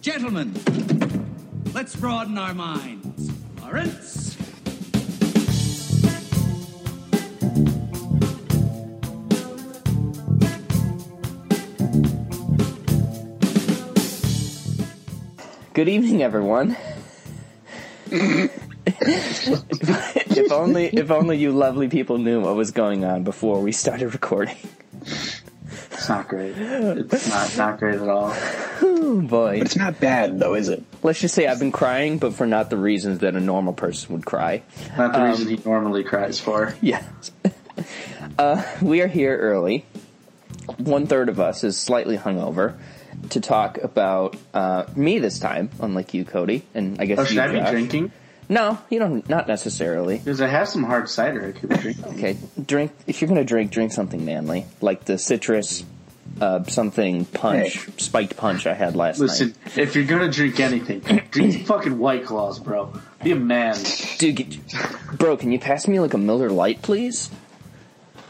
Gentlemen, let's broaden our minds. Lawrence? Good evening, everyone. if, if only, if only you lovely people knew what was going on before we started recording. It's not great. It's not not great at all. Oh boy! It's not bad though, is it? Let's just say I've been crying, but for not the reasons that a normal person would cry. Not the reason he normally cries for. Yeah. uh, we are here early. One third of us is slightly hungover to talk about uh, me this time, unlike you, Cody, and I guess Oh, should you, I be Josh. drinking? No, you don't. Not necessarily. Because I have some hard cider I could be drinking. Okay, drink. If you're gonna drink, drink something manly, like the citrus, uh, something punch, spiked punch I had last Listen, if you're gonna drink anything, drink some fucking white claws, bro. Be a man. night. Dude, get, bro, can you pass me like a Miller Light, please?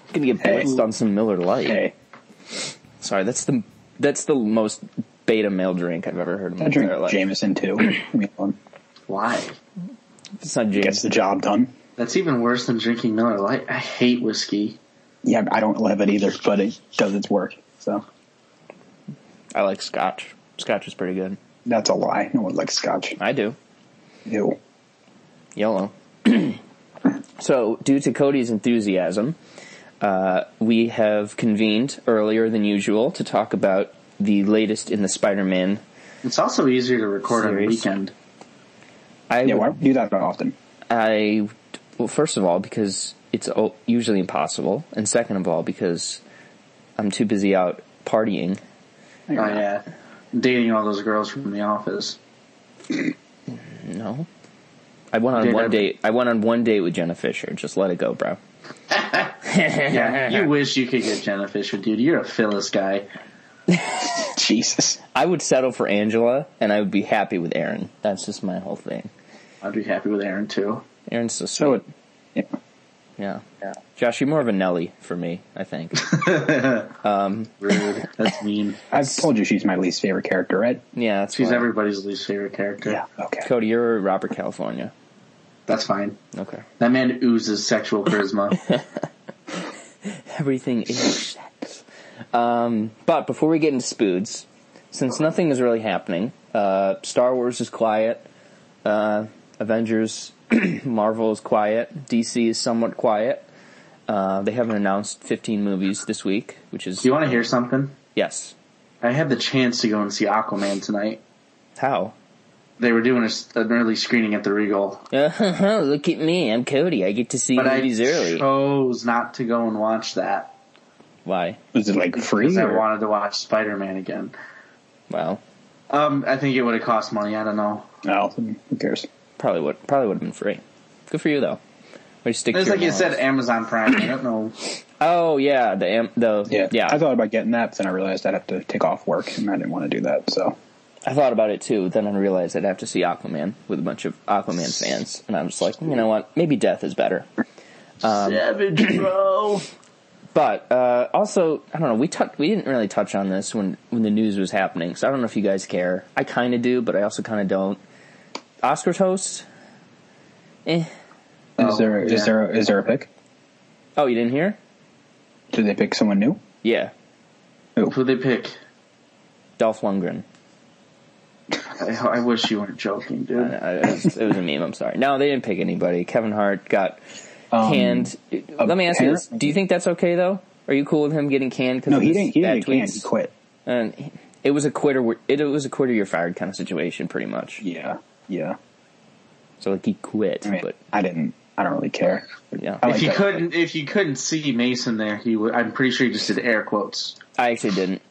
I'm gonna get blitzed on some Miller Light. Hey, Sorry, that's the that's the most beta male drink I've ever heard in my I drink entire life. Jameson too. I mean, um, Why? It's not James. gets the job done. That's even worse than drinking Miller Lite. I hate whiskey. Yeah, I don't love it either, but it does its work. So I like Scotch. Scotch is pretty good. that's a lie. No one likes scotch. I do. Ew. Yellow. so, due to Cody's enthusiasm, uh, we have convened earlier than usual to talk about the latest in the Spider-Man. It's also easier to record on a Serious? weekend. I Yeah, why would- don't we do that often? I well, first of all, because it's o- usually impossible, and second of all, because I'm too busy out partying. I Oh don't know. yeah. Dating all those girls from the office. No, I went on Did one ever- date. I went on one date with Jenna Fisher. Just let it go, bro. Yeah. you wish you could get Jenna Fisher, dude. You're a Phyllis guy. Jesus. I would settle for Angela, and I would be happy with Aaron. That's just my whole thing. I'd be happy with Aaron too. Aaron's so sweet. So it. Yeah. yeah. Josh, you're more of a Nelly for me, I think. Rude. That's mean. I've told you she's my least favorite character, right? Yeah, that's She's fine. everybody's least favorite character. Yeah. Okay. Cody, you're Robert California. That's fine. Okay. That man oozes sexual charisma. Everything is sex. Um, but before we get into spoods, since nothing is really happening, uh, Star Wars is quiet, uh, Avengers, Marvel is quiet, DC is somewhat quiet. Uh, they haven't announced 15 movies this week, which is Do you want to hear something? yes. I had the chance to go and see Aquaman tonight. How? They were doing a s an early screening at the Regal, Look at me, I'm Cody. I get to see but I movies early. chose not to go and watch that Why? Was it like free? because I or- wanted to watch Spider Man again. Well, Um, I think it would have cost money. I don't know. No, who cares? probably would probably would have been free. Good for you though. Way to stick It's to your like you said, morals. Amazon Prime. I don't know. Oh yeah, the am- the yeah. Yeah. I thought about getting that, but then I realized I'd have to take off work, and I didn't want to do that. So I thought about it too. Then I realized I'd have to see Aquaman with a bunch of Aquaman fans, and I'm just like, you know what? Maybe death is better. Um, Savage, bro. But uh, also, I don't know. We touched. We didn't really touch on this when when the news was happening. So I don't know if you guys care. I kind of do, but I also kind of don't. Oscar toast. Eh. Oh, is there is yeah. there a, is there a pick? Oh, you didn't hear? Do they pick someone new? Yeah, Who they pick? Dolph Lundgren. I, I wish you weren't joking, dude. I- it, was, it was a meme. I'm sorry. No, they didn't pick anybody. Kevin Hart got Um, canned. Let me ask you this: apparently- Do you think that's okay though? Are you cool with him getting canned? Cause No, of he his didn't. He bad didn't get canned. tweets? He quit. And he- it was a quitter. It, it was a quitter. You're fired kind of situation, pretty much. Yeah. Yeah. So like he quit, I mean, but I didn't. I don't really care. yeah, I if like you that. couldn't, if you couldn't see Mason there, he would. I'm pretty sure he just did air quotes, I actually didn't.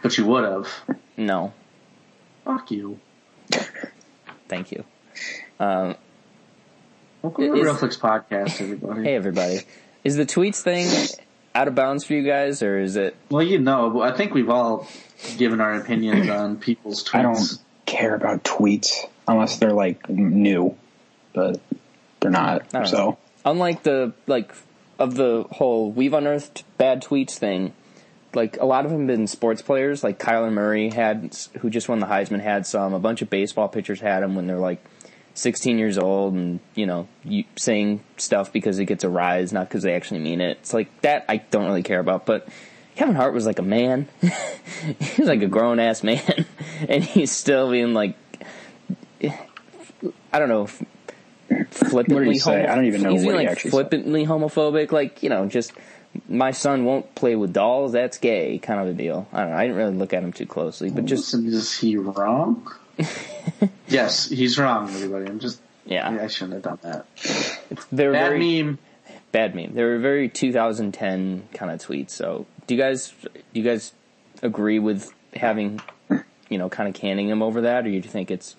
but you would have. No, Fuck you. thank you. Welcome Is- to Real Flicks Podcast, everybody. Hey everybody, is the tweets thing out of bounds for you guys, or is it? Well, you know, but I think we've all given our opinions on people's tweets. I don't care about tweets unless they're like new, but they're not. I don't so know. unlike the like of the whole we've unearthed bad tweets thing, like a lot of them have been sports players. Like Kyler Murray had, who just won the Heisman, had some. A bunch of baseball pitchers had them when they're like 16 years old, and you know, you, saying stuff because it gets a rise, not because they actually mean it. It's like that I don't really care about, but. Kevin Hart was like a man. He's like a Mm-hmm. grown ass man, and he's still being like, I don't know, f- What did flippantly. he say? I don't even know he's what being he like actually said. flippantly homophobic. Like you know, just my son won't play with dolls. That's gay, kind of a deal. I don't know. I didn't really look at him too closely, but just Listen, is he wrong? yes, he's wrong, everybody. I'm just. Yeah. I shouldn't have done that. they're Bad very meme. bad meme. They were very 2010 kind of tweets. So do you guys do you guys agree with having you know kind of canning him over that, or do you think it's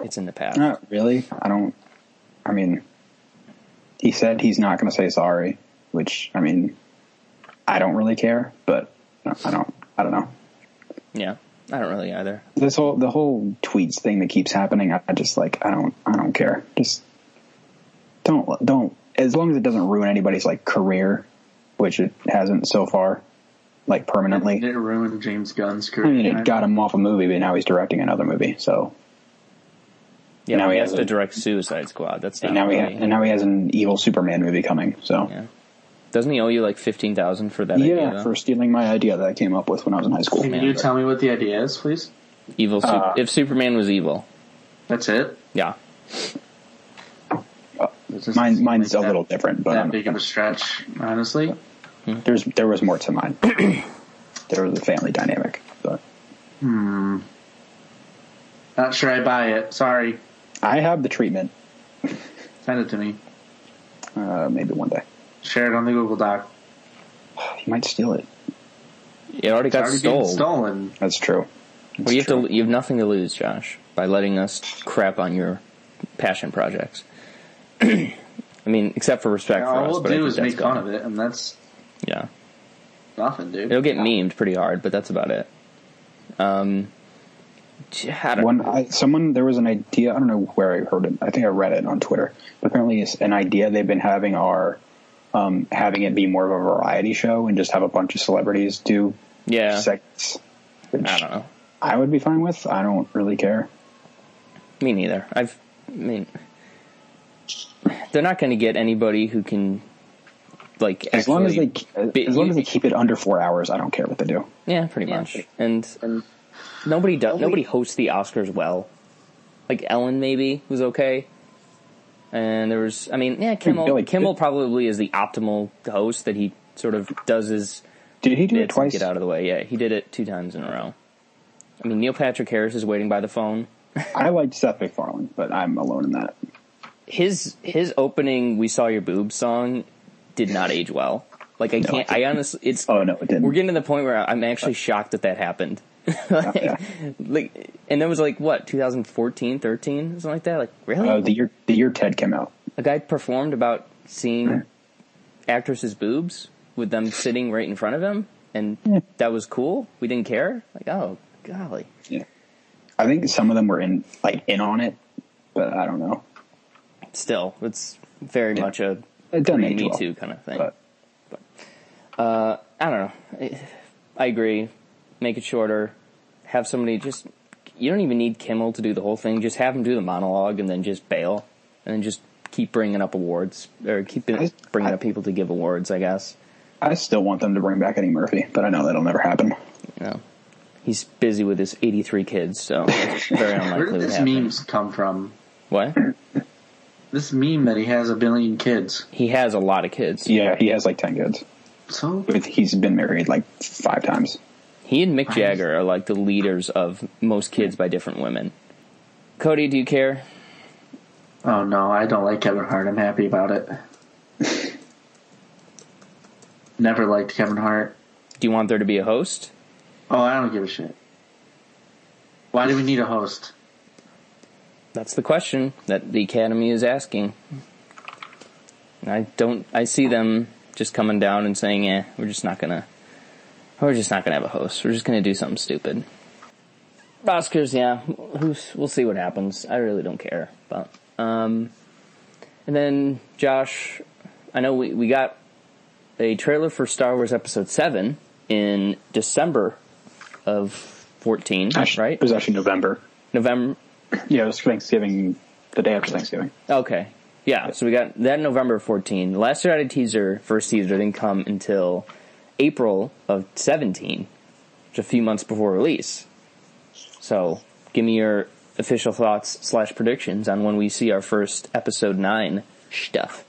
it's in the past? Not really. I don't. I mean, he said he's not going to say sorry, which I mean, I don't really care, but I don't. I don't know. Yeah, I don't really either. This whole the whole tweets thing that keeps happening. I, I just like I don't. I don't care. Just don't don't. As long as it doesn't ruin anybody's like career, which it hasn't so far, like permanently. Did it ruin James Gunn's I mean, career? it got him off a movie, but now he's directing another movie. So, Yeah, Now but he he has has to a- direct Suicide Squad. That's not and now he really- ha- and now he has an evil Superman movie coming. So, yeah. Doesn't he owe you like fifteen thousand for that? idea, yeah, though? for stealing my idea that I came up with when I was in high school. Can you tell me what the idea is, please? evil. Su- uh, if Superman was evil, That's it. yeah, This doesn't Mine, seem mine's a like that- little different, but That um, big of a stretch, honestly. there's there was more to mine. there was a family dynamic, but Not sure I buy it. Sorry. I have the treatment. Send it to me. Uh, maybe one day Share it on the Google Doc. he might steal it. it already got Already being stolen. stolen. That's true. Well, you have to. You have nothing to lose, Josh, by letting us crap on your passion projects. I mean, except for respect for All us, we'll but I do think is that's make fun gone. of it, and that's Yeah, nothing, dude. it'll get memed pretty hard, but that's about it. Um, gee, I don't- One, I, someone there was an idea. I don't know where I heard it. I think I read it on Twitter. But apparently, it's an idea they've been having are um, having it be more of a variety show and just have a bunch of celebrities do yeah, segments. Which I don't know. I would be fine with. I don't really care. Me neither. I've, I mean, they're not going to get anybody who can, like, As long as actually they uh, be- as long as they keep it under four hours, I don't care what they do. yeah, pretty Yeah. much. And And nobody does. Nobody hosts the Oscars well. Like Ellen, maybe was okay. And there was, I mean, yeah, Kimmel. Billy- Kimmel probably is the optimal host that he sort of does his Did he do it bits and twice? get out of the way. Yeah, he did it two times in a row. I mean, Neil Patrick Harris is waiting by the phone. I liked Seth MacFarlane, but I'm alone in that. his his opening "We Saw Your Boobs" song did not age well. Like I can't. I honestly, it's Oh no, it didn't. we're getting to the point where I'm actually shocked that that happened. like, Yeah. like, and that was like what 2014, 13, something like that. Like really, oh, the year the year Ted came out. a guy performed about seeing actresses' boobs with them sitting right in front of him, and that was cool. We didn't care. Like oh golly, Yeah. I think some of them were in like in on it, but I don't know. still, it's very much a It doesn't pre age Me well, Too kind of thing. but I don't know. I- I agree. Make it shorter. Have somebody just. You don't even need Kimmel to do the whole thing. Just have him do the monologue and then just bail, and then just keep bringing up awards or keep I- bringing I- up people to give awards. I guess. I still want them to bring back Eddie Murphy, but I know that'll never happen. You know, he's busy with his eighty-three kids, so it's very where unlikely. did it would this happen. memes come from? What? This meme that he has a billion kids. He has a lot of kids. Yeah, he has like ten kids. So But He's been married like five times. He and Mick Jagger are like the leaders of most kids by different women. Cody, do you care? Oh no, I don't like Kevin Hart. I'm happy about it. Never liked Kevin Hart. Do you want there to be a host? Oh, I don't give a shit. Why do we need a host? That's the question that the Academy is asking. And I don't. I see them just coming down and saying, "Eh, we're just not gonna. We're just not gonna have a host. We're just gonna do something stupid." Oscars, yeah. Who's, we'll see what happens. I really don't care. But um, and then Josh, I know we we got a trailer for Star Wars Episode Seven, in December of 14, Actually, right? It was actually November. November. Yeah, it was Thanksgiving, the day after Thanksgiving. Okay. Yeah, so we got that November 14. The last Jedi teaser for Caesar didn't come until April of 17, which is a few months before release. So, give me your official thoughts slash predictions on when we see our first episode 9 stuff.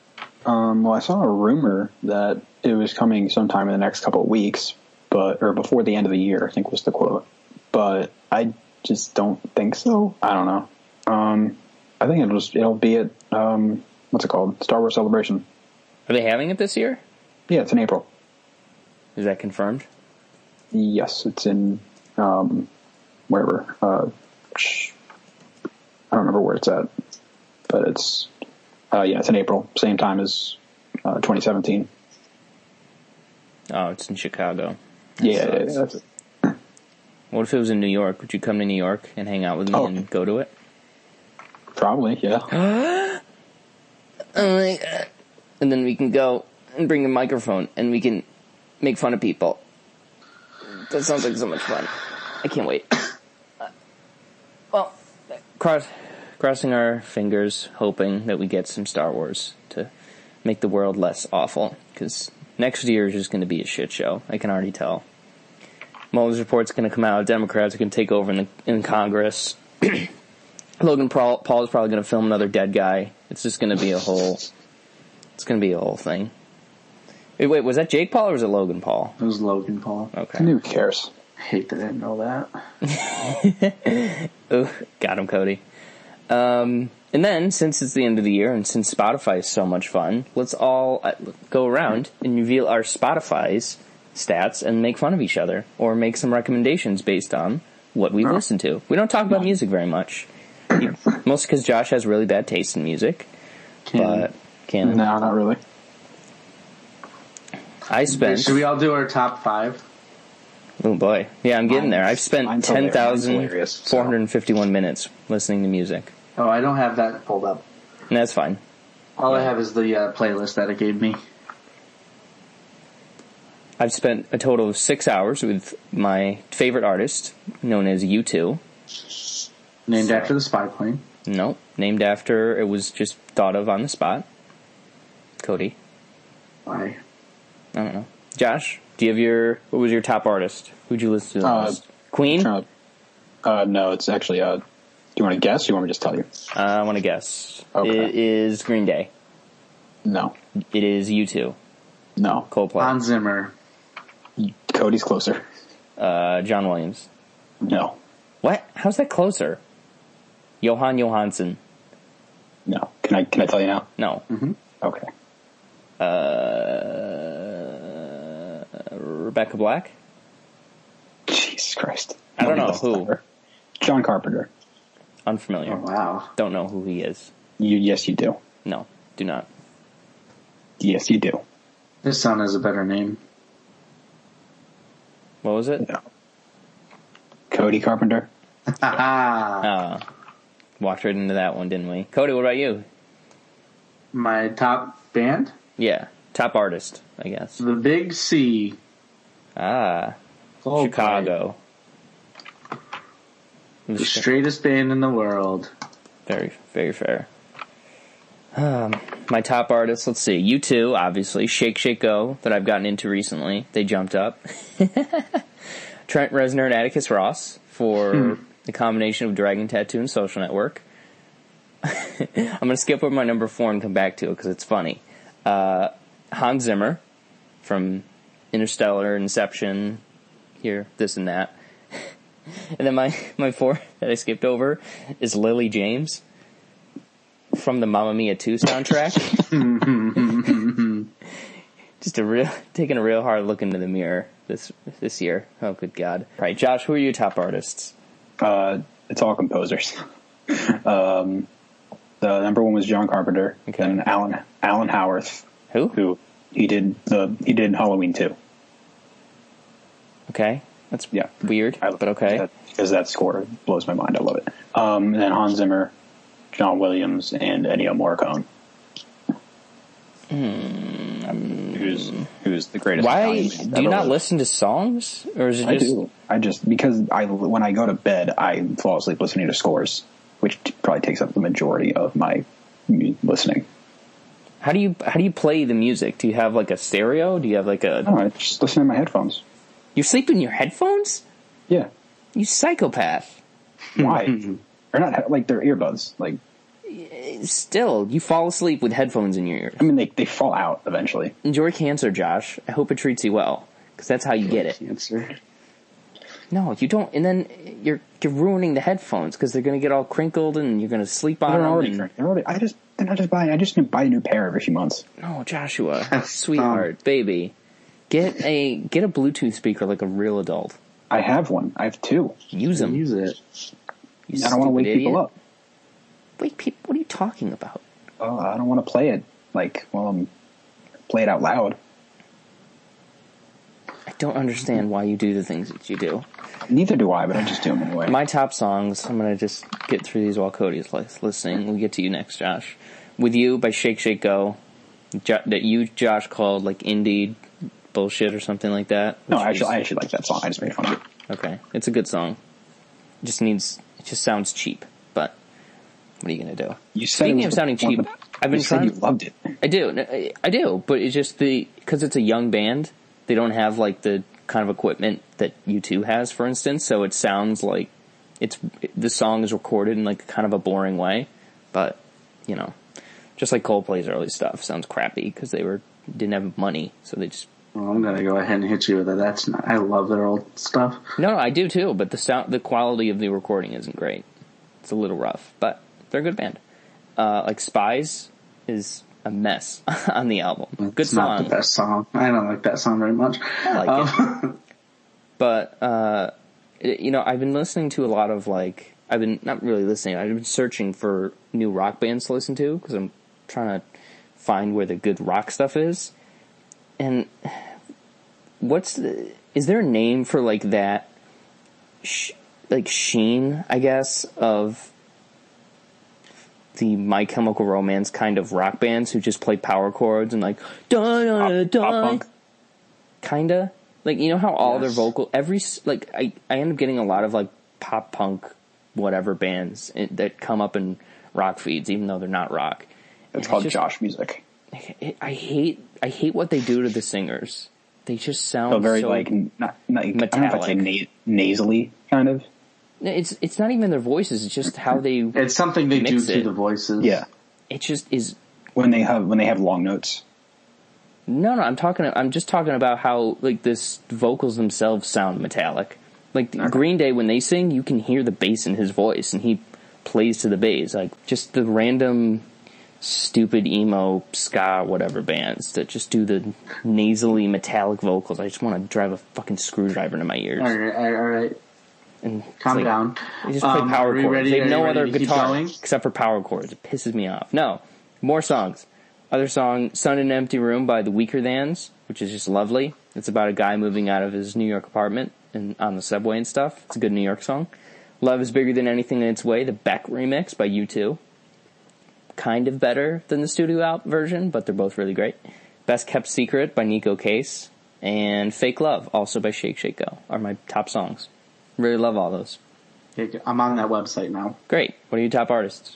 Um, well, I saw a rumor that it was coming sometime in the next couple of weeks, but or before the end of the year, I think was the quote. But I just don't think so. I don't know. Um, I think it'll just it'll be at um, what's it called? Star Wars Celebration. Are they having it this year? Yeah, it's in April. Is that confirmed? Yes, it's in um, wherever. Uh, sh- I don't remember where it's at, but it's uh, yeah, it's in April, same time as uh, 2017. Oh, it's in Chicago. yeah, sucks. yeah, that's it. What if it was in New York? Would you come to New York and hang out with me Oh. and go to it? probably yeah. And then we can go and bring the microphone and we can make fun of people. That sounds like so much fun. I can't wait. Uh, Well, cross, crossing our fingers, hoping that we get some Star Wars to make the world less awful. Because next year is just going to be a shit show. I can already tell. Mueller's report's going to come out. Democrats are going to take over in, the, in Congress. Logan Paul, Paul is probably going to film another dead guy. It's just going to be a whole. It's going to be a whole thing. Wait, wait, was that Jake Paul or was it Logan Paul? It was Logan Paul. Okay. Who cares? I hate that I didn't know that. Ooh, got him, Cody. Um, and then, since it's the end of the year and since Spotify is so much fun, let's all uh, go around and reveal our Spotify's stats and make fun of each other or make some recommendations based on what we've listened to. We don't talk about music very much. Mostly because Josh has really bad taste in music. But, Can, can No, not really. I spent. should we all do our top five? Oh boy, yeah, I'm getting there. I've spent Mine's hilarious. ten thousand Mine's hilarious, so. four hundred and fifty-one minutes listening to music, Oh, I don't have that pulled up. and that's fine. All I have is the uh, playlist that it gave me. I've spent a total of six hours with my favorite artist, known as U2. Named after the spy plane. Nope, named after it was just thought of on the spot. Cody, Why? I don't know. Josh, do you have your what was your top artist? Who'd you listen to the Uh, most? Queen. Uh, Uh, uh, no, it's actually. Uh, do you want to guess? Or you want me to just tell you? Uh, I want to guess. Okay. It is Green Day. No, It is U2. no. Coldplay. Hans Zimmer. Cody's closer. uh, John Williams. No, What? How's that closer? Johan Johansson. no. Can I? Can I tell you now? No. Okay. Uh, Rebecca Black? Jesus Christ. I don't know Nobody who. does that. John Carpenter. Unfamiliar. Oh, wow. Don't know who he is. You yes, you do. No, do not. Yes, you do. This son has a better name. What was it? No. Cody Carpenter. Ah, Uh, walked right into that one, didn't we? Cody, what about you? my top band? Yeah, top artist, I guess. The Big C. Ah, Coldplay. Chicago. The straightest band in the world. Very, very fair. Um, my top artists, let's see. You 2 obviously. Shake, Shake, Go, that I've gotten into recently. They jumped up. Trent Reznor and Atticus Ross for the combination of Dragon Tattoo and Social Network. I'm going to skip over my number four and come back to it because it's funny. Uh, Hans Zimmer from Interstellar, Inception, here, this and that. And then my, my four that I skipped over is Lily James from the Mamma Mia 2 soundtrack. Just a real, taking a real hard look into the mirror this, this year. Oh, good God. All right, Josh, who are your top artists? Uh, it's all composers. um, the number one was John Carpenter. Okay. Then Alan Alan Howarth, Who? who he did the he did Halloween too. Okay. That's Yeah. weird, I, but okay. that- because that score blows my mind. I love it. Um, and then Hans Zimmer, John Williams, and Ennio Morricone. Who's who's the greatest. Hmm, um, Why Italian man do you ever not lived. listen to songs, or is it I just do. I just because I when I go to bed, I fall asleep listening to scores, which t- probably takes up the majority of my mu- listening. how do you how do you play the music? Do you have like a stereo? Do you have like a No, I just listen in my headphones. you sleep in your headphones? Yeah. You psychopath! Why? They're not he- like they're earbuds. Like Still, you fall asleep with headphones in your ear. I mean, they they fall out eventually. Enjoy cancer, Josh. I hope it treats you well, because that's how you get it. Cancer. No, you don't. And then you're you're ruining the headphones because they're gonna get all crinkled and you're gonna sleep on They're them. already. and- They're already. I just. Then I just buy. I just buy a new pair every few months. No, Joshua, sweetheart, baby, get a get a Bluetooth speaker like a real adult. I have one. I have two. Use them. Use it. You I don't want to stupid wake people idiot. up. Wake people? What are you talking about? Oh, I don't want to play it like well, I'm play it out loud. I don't understand why you do the things that you do. Neither do I, but I just do them anyway. My top songs. I'm gonna just get through these while Cody's li- listening. We'll get to you next, Josh. With you by Shake Shake Go, jo- that you Josh called like Indeed bullshit or something like that. no, which was- actually, I actually like that song. I just made fun of it. Okay, it's a good song. It just needs. It just sounds cheap, but what are you gonna do? You said Speaking it was of the sounding cheap, one that- I've been you said trying. You loved it. I do, n- I- I do, but it's just the because it's a young band. They don't have like the kind of equipment that U two has, for instance. So it sounds like it's the song is recorded in like kind of a boring way, but you know, just like Coldplay's early stuff sounds crappy because they were didn't have money, so they just Well, I'm gonna go ahead and hit you with it. That's not. I love their old stuff. No, no, I do too, but the sound, the quality of the recording isn't great. It's a little rough, but they're a good band. Uh, like Spies is a mess on the album. Good it's song, Not the best song. I don't like that song very much. I like Um, Oh. but uh, it- you know, I've been listening to a lot of like I've been not really listening. I've been searching for new rock bands to listen to because I'm trying to find where the good rock stuff is. And what's the, is there a name for like that? Sh- like sheen, I guess, of the My Chemical Romance kind of rock bands who just play power chords and like da da da Pop da punk. kinda like you know how all their Yes. vocal every s- like I I end up getting a lot of like pop punk whatever bands in- that come up in rock feeds even though they're not rock. And It's called just- Josh music. it- I hate I hate what they do to the singers. They just sound So very so- like not, not like, I don't know if I'd say na- metallic. nasally kind of. it's it's not even their voices. It's just how they it's something they do Mix to it. the voices. Yeah, it just is when they have when they have long notes. No, no, I'm talking. I'm just talking about how like this vocals themselves sound metallic. Like Green Day when they sing, you can hear the bass in his voice, and he plays to the bass. Like just the random, stupid emo ska whatever bands that just do the nasally metallic vocals. I just want to drive a fucking screwdriver into my ears. All right. All right. All right. And it's Calm like- down. They just play Um, power are we chords. ready- they are have no you other ready to keep guitar going? except for power chords. It pisses me off. No, more songs. Other song, "Sun in an Empty Room" by the Weaker Thans, which is just lovely. It's about a guy moving out of his New York apartment and on the subway and stuff. It's a good New York song. "Love Is Bigger Than Anything in Its Way," the Beck remix by U2. Kind of better than the studio out version, but they're both really great. "Best Kept Secret" by Nico Case and "Fake Love" also by Shake Shake Go are my top songs. Really love all those. Okay, I'm on that website now. Great. What are your top artists?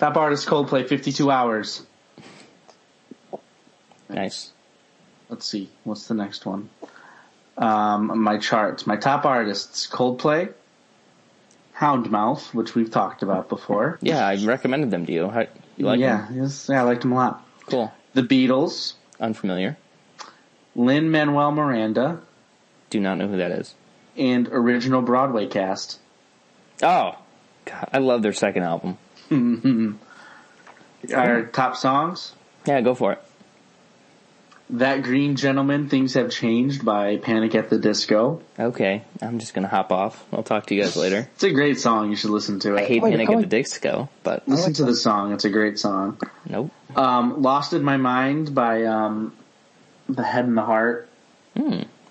Top artist Coldplay, 52 hours. Nice. Let's see. What's the next one? Um, my charts. My top artists Coldplay, Houndmouth, which we've talked about before. Yeah, I recommended them to you. How, you like yeah, them? yes, yeah, I liked them a lot. Cool. The Beatles, Unfamiliar. Lynn Manuel Miranda, Do not know who that is. and original Broadway cast. Oh, God, I love their second album. Our top songs Yeah, go for it. That Green Gentleman, Things Have Changed by Panic at the Disco. Okay, I'm just gonna hop off. I'll talk to you guys later. It's a great song. You should listen to it. I hate Wait, Panic I at the like- Disco, but listen to the song. It's a great song. nope. Um, Lost in My Mind by um, The Head and the Heart.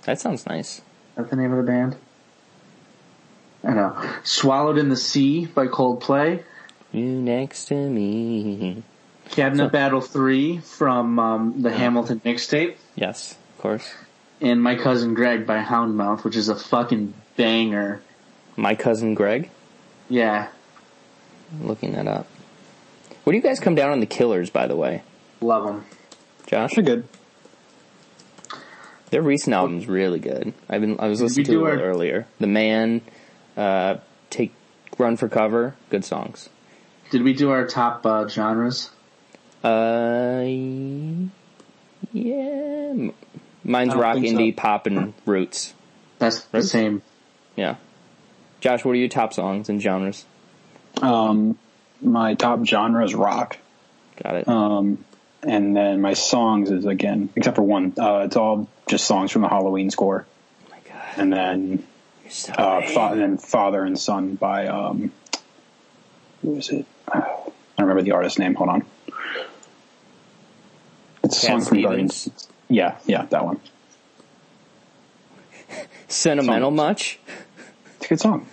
That sounds nice. Is that the name of the band? I know. Swallowed in the Sea by Coldplay. You next to me. Cabinet Battle 3 from um, the Hamilton mixtape. Yes. course. and My Cousin Greg by Houndmouth, which is a fucking banger. My cousin Greg. Yeah, Looking that up. Where do you guys come down on the Killers, by the way, love them. Josh? They're good. Their recent album's really good. I've been I was listening to it a we do little our- earlier. The Man, uh, take Run for Cover, good songs. Did we do our top uh, genres? Uh, yeah, m- mine's I don't rock, think so. indie, pop, and roots. That's the same. Yeah, Josh, what are your top songs and genres? Um, my top genre is rock. Got it. Oh Um, and then my songs is again, except for one, uh, it's all just songs from the Halloween score. oh my god, And then, you're so uh, right. fa- and then Father and Son by, um, who is it? I don't remember the artist's name. Hold on. It's a Cat song from Stevens. Guardians. Yeah, yeah, that one. sentimental songs. much. It's a good song.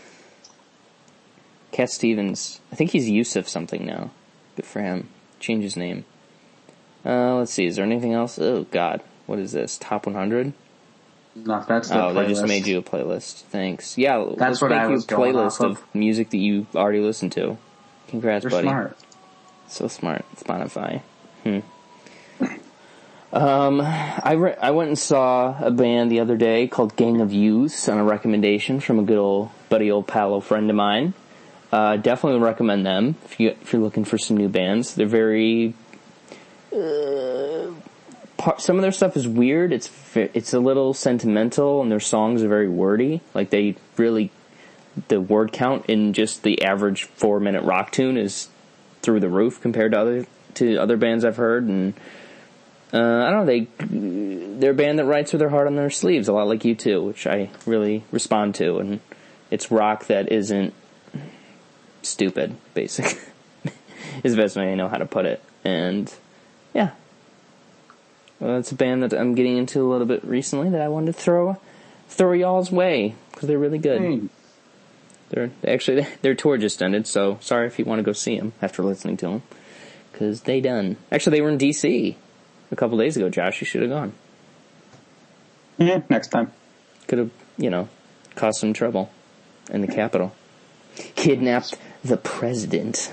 Cat Stevens, I think he's Yusuf something now. Good for him. Change his name. Uh, let's see. Is there anything else? Oh God, what is this? Top 100. No, that's the Oh, they just playlist. made you a playlist. Thanks. Yeah, let's what make I you a was going playlist off of. of music that you already listened to. Congrats, You're buddy. smart. So smart. Spotify. Hmm. Um, I re- I went and saw a band the other day called Gang of Youths on a recommendation from a good old buddy, old pal, old friend of mine. Uh, definitely would recommend them if you if you're looking for some new bands. They're very. Uh, par- some of their stuff is weird. It's ve- it's a little sentimental, and their songs are very wordy. Like they really, the word count in just the average four minute rock tune is through the roof compared to other to other bands I've heard, and uh, I don't know they they're a band that writes with their heart on their sleeves, a lot like you too, which I really respond to, and it's rock that isn't stupid, basic is the best way I know how to put it, and yeah, well, it's a band that I'm getting into a little bit recently that I wanted to throw throw y'all's way because they're really good. Hey, They're actually their tour just ended, so sorry if you want to go see them after listening to them, because they done. Actually, they were in D.C. a couple days ago. Josh, you should have gone. Yeah, next time. Could have, you know, caused some trouble in the Capitol. Kidnapped the president.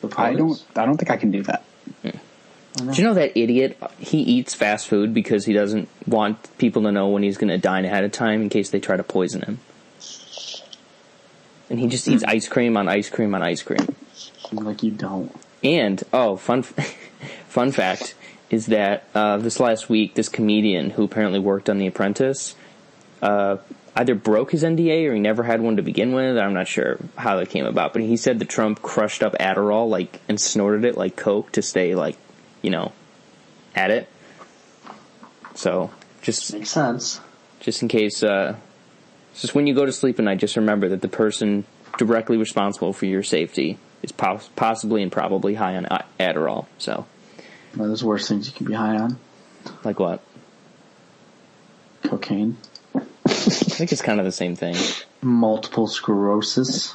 the I don't, Pogues. I don't think I can do that. Do you know that idiot? He eats fast food because he doesn't want people to know when he's going to dine ahead of time in case they try to poison him. And he just eats ice cream on ice cream on ice cream. I'm like you don't. And oh, fun fun fact is that uh, this last week, this comedian who apparently worked on The Apprentice uh, either broke his NDA or he never had one to begin with. I'm not sure how that came about, but he said that Trump crushed up Adderall like and snorted it like coke to stay like you know at it. So just Makes sense. just in case. Uh, just when you go to sleep at night, just remember that the person directly responsible for your safety is pos- possibly and probably high on A- Adderall. So, Well, there's worse things you can be high on. like what? Cocaine, I think it's kind of the same thing. multiple sclerosis.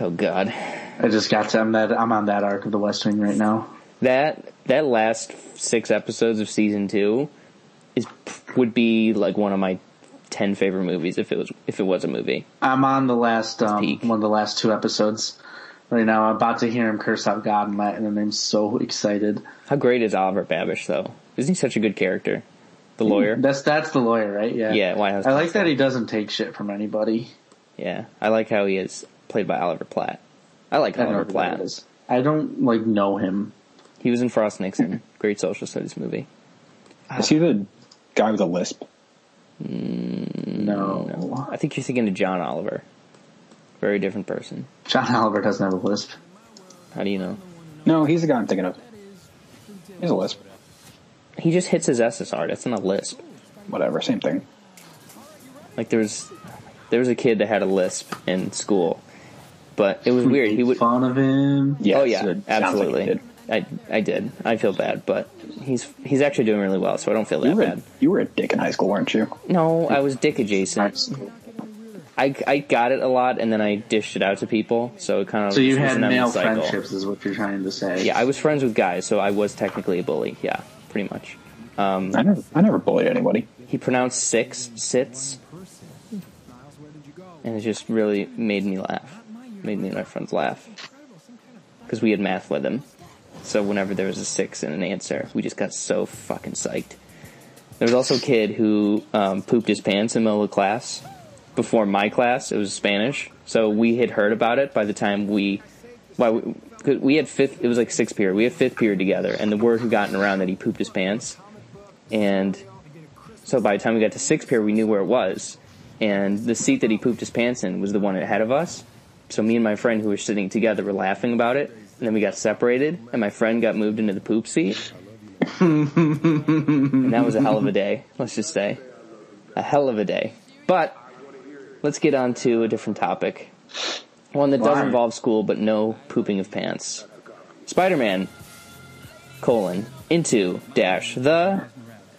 Oh God, I just got to. I'm that. I'm on that arc of the West Wing right now. that that last six episodes of season two is would be like one of my ten favorite movies if it was if it was a movie. I'm on the last um, peak. one of the last two episodes right now. I'm about to hear him curse out God in Latin, and I'm so excited. How great is Oliver Babish though? Isn't he such a good character? Hmm, The lawyer. That's that's the lawyer, right? Yeah. Yeah, White House I like that he doesn't take shit from anybody. Yeah, I like how he is played by Oliver Platt. I like I don't know Oliver who Platt. that is. I don't like know him. He was in Frost Nixon, great social studies movie. Ah. Is he the guy with a lisp? Mm, No. I think you're thinking of John Oliver. Very different person. John Oliver doesn't have a lisp. How do you know? No, he's the guy I'm thinking of. He's a lisp. He just hits his S's hard. That's not a lisp. Whatever, same thing. Like there was, there was a kid that had a lisp in school, but it was weird. He Made would. fun of him. Yeah, oh so yeah, it sounds like he absolutely. did. I I did. I feel bad, but he's he's actually doing really well, so I don't feel You that were, bad. a, you were a dick in high school, weren't you? No, I was dick adjacent. I, I got it a lot and then I dished it out to people, so it kind of So you was had an endless male cycle. friendships, is what you're trying to say. Yeah, I was friends with guys, so I was technically a bully. Yeah, pretty much. I never, I never bullied anybody. He pronounced six sits, and it just really made me laugh. Made me and my friends laugh because we had math with him. So whenever there was a six in an answer, we just got so fucking psyched. There was also a kid who um, pooped his pants in the middle of class before my class. It was Spanish, so we had heard about it by the time we, well, we, 'cause we had fifth. It was like sixth period. We had fifth period together, and the word had gotten around that he pooped his pants, and so by the time we got to sixth period, we knew where it was, and the seat that he pooped his pants in was the one ahead of us. So me and my friend who were sitting together were laughing about it, and then we got separated, and my friend got moved into the poop seat. and that was a hell of a day, let's just say. A hell of a day. But let's get on to a different topic. One that does Why? involve school, but no pooping of pants. Spider Man, colon, into, dash, the.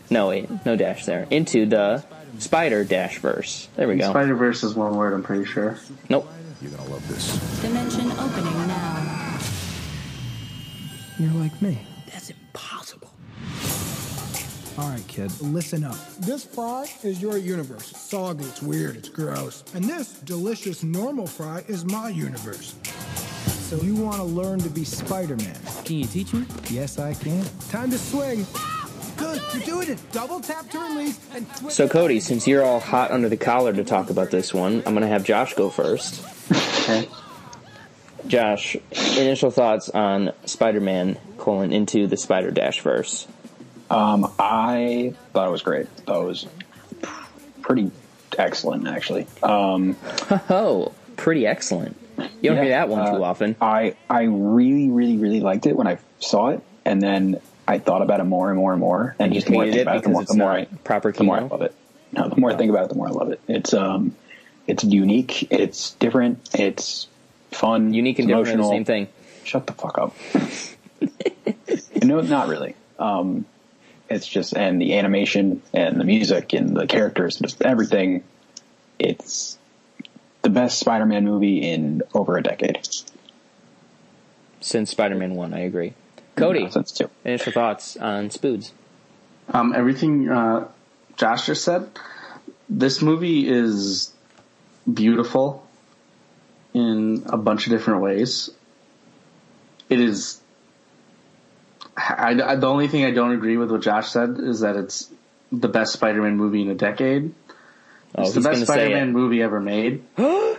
No, wait, no dash there. Into the spider dash verse. There we go. Spider Verse is one word, I'm pretty sure. Nope. You're gonna love this. Dimension opening now. You're like me. That's impossible. All right, kid, listen up. This frog is your universe. It's soggy, it's weird, it's gross. And this delicious normal fry is my universe. So you want to learn to be Spider-Man? Can you teach me? Yes, I can. Time to swing. Good, you're doing it. Double tap to release and swing. So, Cody, since you're all hot under the collar to talk about this one, I'm going to have Josh go first. Okay. Josh, initial thoughts on Spider-Man colon into the Spider Dash verse. Um, I thought it was great. Thought it was pretty excellent, actually. Um, Oh, pretty excellent. You don't hear Yeah, that one uh, too often. I I really, really, really liked it when I saw it, and then I thought about it more and more and more, and you just the more I hated think it about it, the because more, it's the more not I proper the more I chemo? love it. No, the more I think about it, the more I love it. It's um, it's unique, it's different, it's fun, Unique and it's different are the emotional. same thing. Shut the fuck up. no, not really. Um, it's just and the animation and the music and the characters, just everything. It's the best Spider-Man movie in over a decade. Since Spider-Man one, I agree. Cody, Since two. initial thoughts on Spoods. Um, everything uh, Josh just said. This movie is beautiful in a bunch of different ways. It is. I, I- the only thing I don't agree with what Josh said is that it's the best Spider-Man movie in a decade. Oh, it's the he's going best to say Spider-Man it. movie ever made,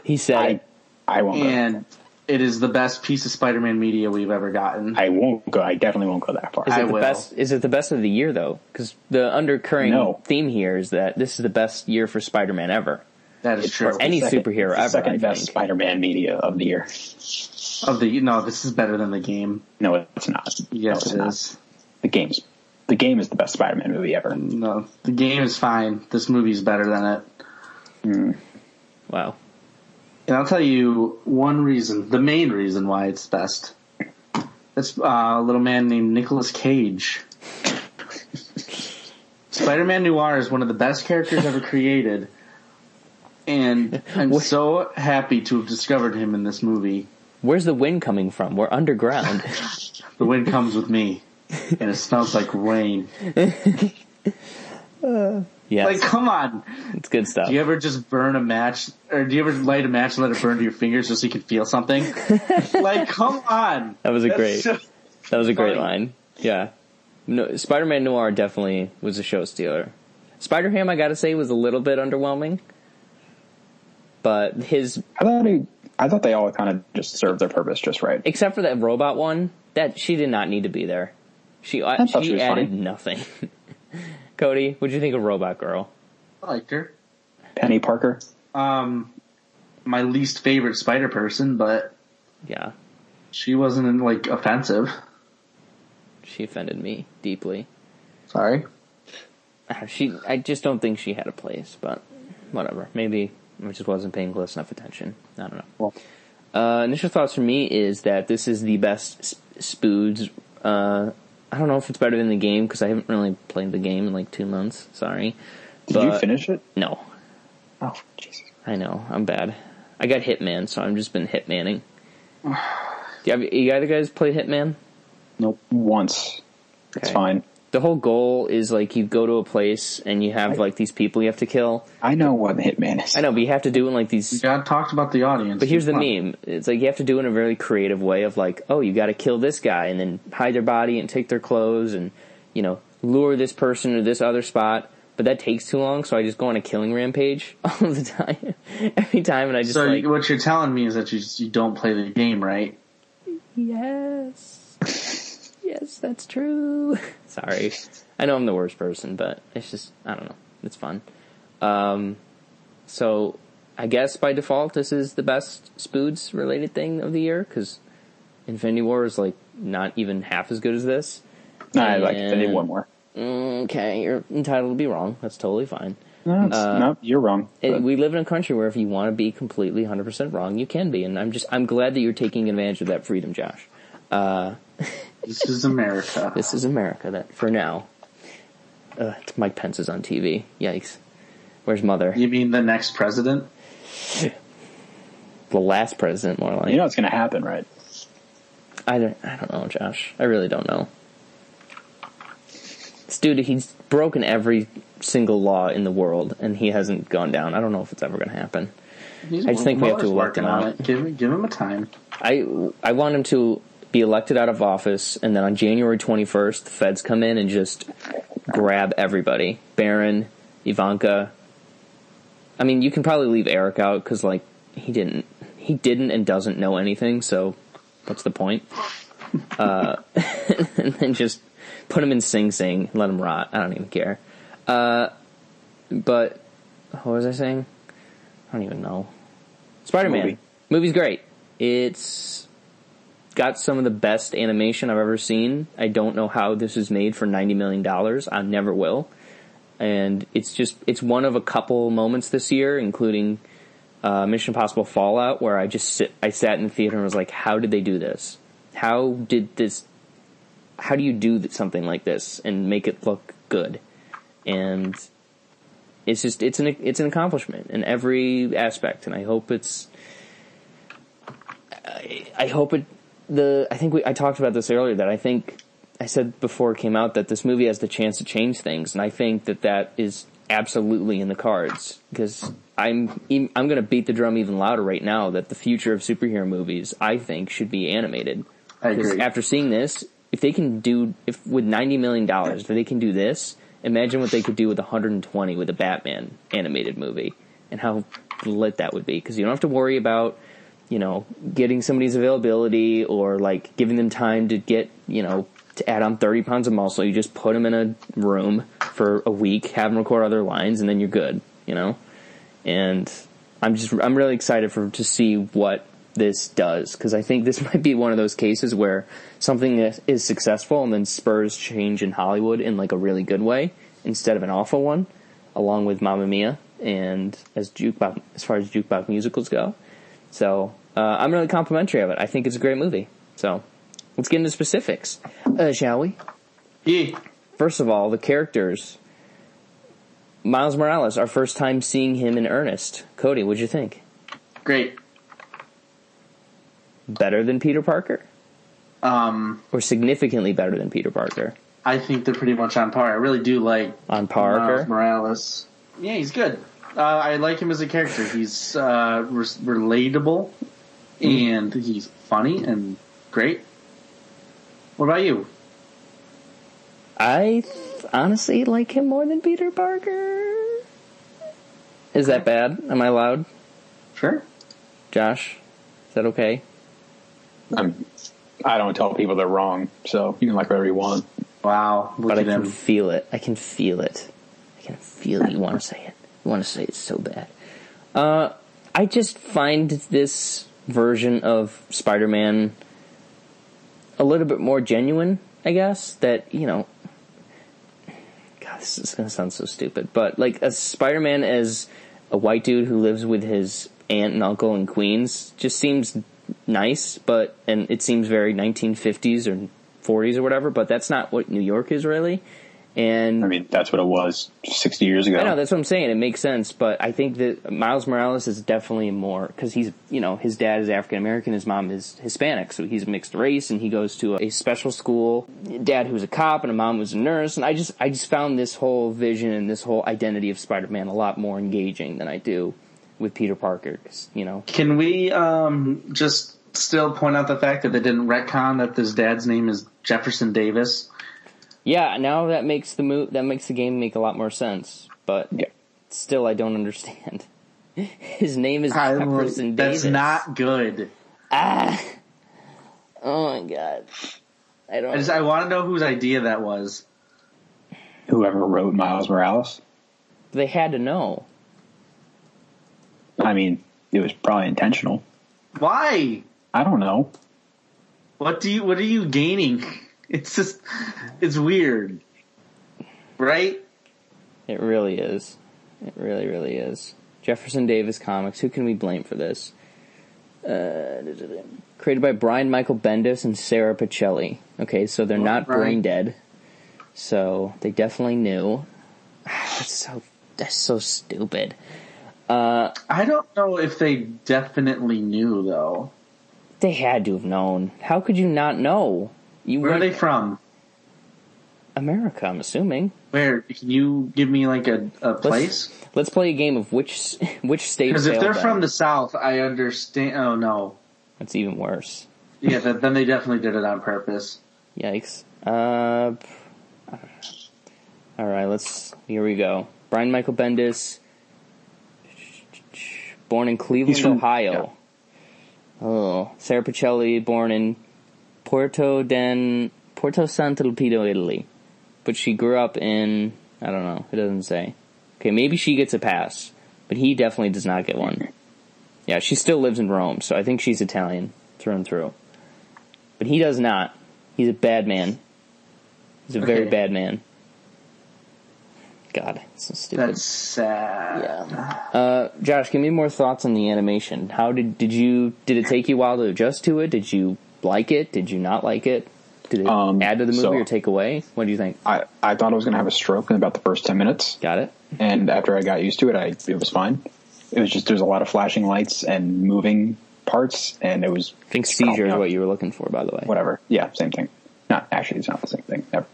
He said I it. I won't go. and it is the best piece of Spider-Man media we've ever gotten. I won't go. I definitely won't go that far. Is I it the will. best? Is it the best of the year though? Because the undercurring No. theme here is that this is the best year for Spider-Man ever. that is true. any Second- superhero it's the ever, Second I best think. Spider-Man media of the year. of the no, this is better than the game. No, it's not. Yes, no, it not. is. The game's the game is the best Spider-Man movie ever. No, the game is fine. This movie's better than it. Wow. And I'll tell you one reason, the main reason why it's best. It's uh, a little man named Nicolas Cage. Spider-Man Noir is one of the best characters ever created, and I'm so happy to have discovered him in this movie. Where's the wind coming from? We're underground. The wind comes with me, and it smells like rain. yes, Like, come on! it's good stuff. Do you ever just burn a match, or do you ever light a match and let it burn to your fingers just so you can feel something? like, come on! That was a That's great. so- That was a great funny. line. Yeah. No, Spider-Man Noir definitely was a show stealer. Spider-Ham, I gotta say, was a little bit underwhelming. But his, I thought he, I thought they all kind of just served their purpose just right. except for that robot one, that she did not need to be there. She uh, I thought she, she was added funny. nothing. Cody, what'd you think of Robot Girl? I liked her. Penny Parker. um, my least favorite Spider Person, but Yeah, she wasn't like offensive. she offended me deeply. Sorry. Ah, She, I just don't think she had a place. But whatever. Maybe I just wasn't paying close enough attention. I don't know. Uh, initial thoughts for me is that this is the best S- Spoods. Uh, I don't know if it's better than the game because I haven't really played the game in like two months. Sorry. Did you But- finish it? No, Oh, Jesus. I know I'm bad. I got Hitman, so I've just been Hitmaning. Do you, have, you either guys play Hitman? Nope. Once. It's Okay. fine. the whole goal is like you go to a place and you have like these people you have to kill. I know what Hitman is. I know, but you have to do it in like these Yeah, I talked about the audience. But here's the meme. It's like you have to do it in a very creative way of like, oh, you got to kill this guy and then hide their body and take their clothes and you know lure this person to this other spot. But that takes too long, so I just go on a killing rampage all the time, every time, and I just So like you- what you're telling me is that you just, you don't play the game, right? yes, yes, that's true. Sorry, I know I'm the worst person, but it's just I don't know. It's fun. Um, so I guess by default, this is the best Spoods related thing of the year because Infinity War is like not even half as good as this. I like it. I need And- one more. Okay, you're entitled to be wrong. That's totally fine. No, it's, no you're wrong. uh, It, But we live in a country where if you want to be completely 100% wrong, you can be. And I'm just, I'm glad that you're taking advantage of that freedom, Josh. This is America. This is America that, for now, uh, it's Mike Pence is on TV. Yikes. Where's mother? you mean the next president? The last president, more like. you know it's going to happen, right? I don't, I don't know, Josh. I really don't know. This dude, he's broken every single law in the world, and he hasn't gone down. I don't know if it's ever going to happen. He's I just think we have to elect Mueller's him working on out. it. Give him, give him a time. I, I want him to be elected out of office, and then on January 21st, the feds come in and just grab everybody. Barron, Ivanka. I mean, you can probably leave Eric out because, like, he didn't, he didn't and doesn't know anything. So, what's the point? Uh, and then just put him in Sing Sing, let him rot. I don't even care. Uh, but what was I saying? I don't even know. Spider Man Movie. movie's great. It's got some of the best animation I've ever seen. I don't know how this is made for ninety million dollars. I never will. And it's just it's one of a couple moments this year, including uh, Mission Impossible Fallout, where I just sit I sat in the theater and was like, how did they do this? How did this? How do you do th- something like this and make it look good? And it's just it's an it's an accomplishment in every aspect, and I hope it's I hope it the I think we I talked about this earlier that I think I said before it came out that this movie has the chance to change things and I think that that is absolutely in the cards because I'm I'm going to beat the drum even louder right now that the future of superhero movies I think should be animated. I Because agree. After seeing this, if they can do if with 90 million dollars, if they can do this, imagine what they could do with 120 with a Batman animated movie and how lit that would be because you don't have to worry about you know, getting somebody's availability or like giving them time to get, you know, to add on 30 pounds of muscle. You just put them in a room for a week, have them record other lines, and then you're good, you know? And I'm just, I'm really excited for, to see what this does because I think this might be one of those cases where something that is successful and then spurs change in Hollywood in like a really good way instead of an awful one, along with Mamma Mia and as jukebox, as far as jukebox musicals go. So uh, I'm really complimentary of it. I think it's a great movie. So let's get into specifics, uh, shall we? Yeah. First of all, the characters. Miles Morales, our first time seeing him in earnest. Cody, what'd you think? Great. Better than Peter Parker, Um, or significantly better than Peter Parker? I think they're pretty much on par. I really do like On Parker, Miles Morales. Yeah, he's good. Uh, I like him as a character. He's uh, re- relatable, and he's funny and great. What about you? I th- honestly like him more than Peter Parker. Is that bad? Am I loud, Sure. Josh? Is that okay? I'm, I don't tell people they're wrong, so you can like whatever you want. Wow, look but I at can him. feel it. I can feel it. I can feel it. You want to say it. You want to say it so bad. Uh, I just find this version of Spider-Man a little bit more genuine, I guess. That you know, God, this is gonna sound so stupid, but like a Spider-Man as a white dude who lives with his aunt and uncle in Queens just seems nice, but and it seems very 1950s or 40s or whatever. But that's not what New York is really. And I mean, that's what it was 60 years ago. I Oh. know that's what I'm saying. It makes sense, but I think that Miles Morales is definitely more because he's you know his dad is African American, his mom is Hispanic, so he's mixed race, and he goes to a, a special school. Dad who's a cop and a mom who's a nurse, and I just I just found this whole vision and this whole identity of Spider-Man a lot more engaging than I do with Peter Parker. 'cause, You know, Can we um, just still point out the fact that they didn't retcon that this dad's name is Jefferson Davis? yeah. Now that makes the move that makes the game make a lot more sense, but Yeah. still I don't understand. His name is I- Jefferson Davis. That's not good. Ah. Oh my god. I don't. I just I want to know whose idea that was. Whoever wrote Miles Morales, they had to know. I mean, it was probably intentional. Why? I don't know. What do you What are you gaining? It's just it's weird, right? It really is. It really, really is. Jefferson Davis Comics. Who can we blame for this? Uh, created by Brian Michael Bendis and Sarah Pacelli. Okay, so they're not Brian. brain dead. So they definitely knew. Ah, That's so. That's so stupid. I don't know if they definitely knew though. They had to have known. How could you not know? You Where are went- they from? America, I'm assuming. Where can you give me like a, a place? Let's play a game of which s- which state. Because if failed they're them. from the south, I understand. Oh no, that's even worse. yeah, th then they definitely did it on purpose. Yikes. Uh, p- all right, let's. Here we go. Brian Michael Bendis, born in Cleveland, He's from- Ohio. Oh, Sarah Pacelli, born in Porto den Porto San Torpedo, Italy, but she grew up in. I don't know. It doesn't say. Okay, maybe she gets a pass, but he definitely does not get one. Yeah, she still lives in Rome, so I think she's Italian through and through. But he does not. He's a bad man. He's a very Okay. bad man. God, it's so stupid. That's sad. yeah. Uh, Josh, give me more thoughts on the animation. How did did you did it take you a while to adjust to it? Did you like it? Did you not like it? Did it Um, add to the movie so- or take away? What do you think? I, I thought I was going to have a stroke in about the first 10 minutes. Got it. and after I got used to it, I it was fine. It was just there's a lot of flashing lights and moving parts, and it was I think seizure is calming what up. you were looking for, by the way. whatever. Yeah, same thing. Not actually, it's not the same thing. Never.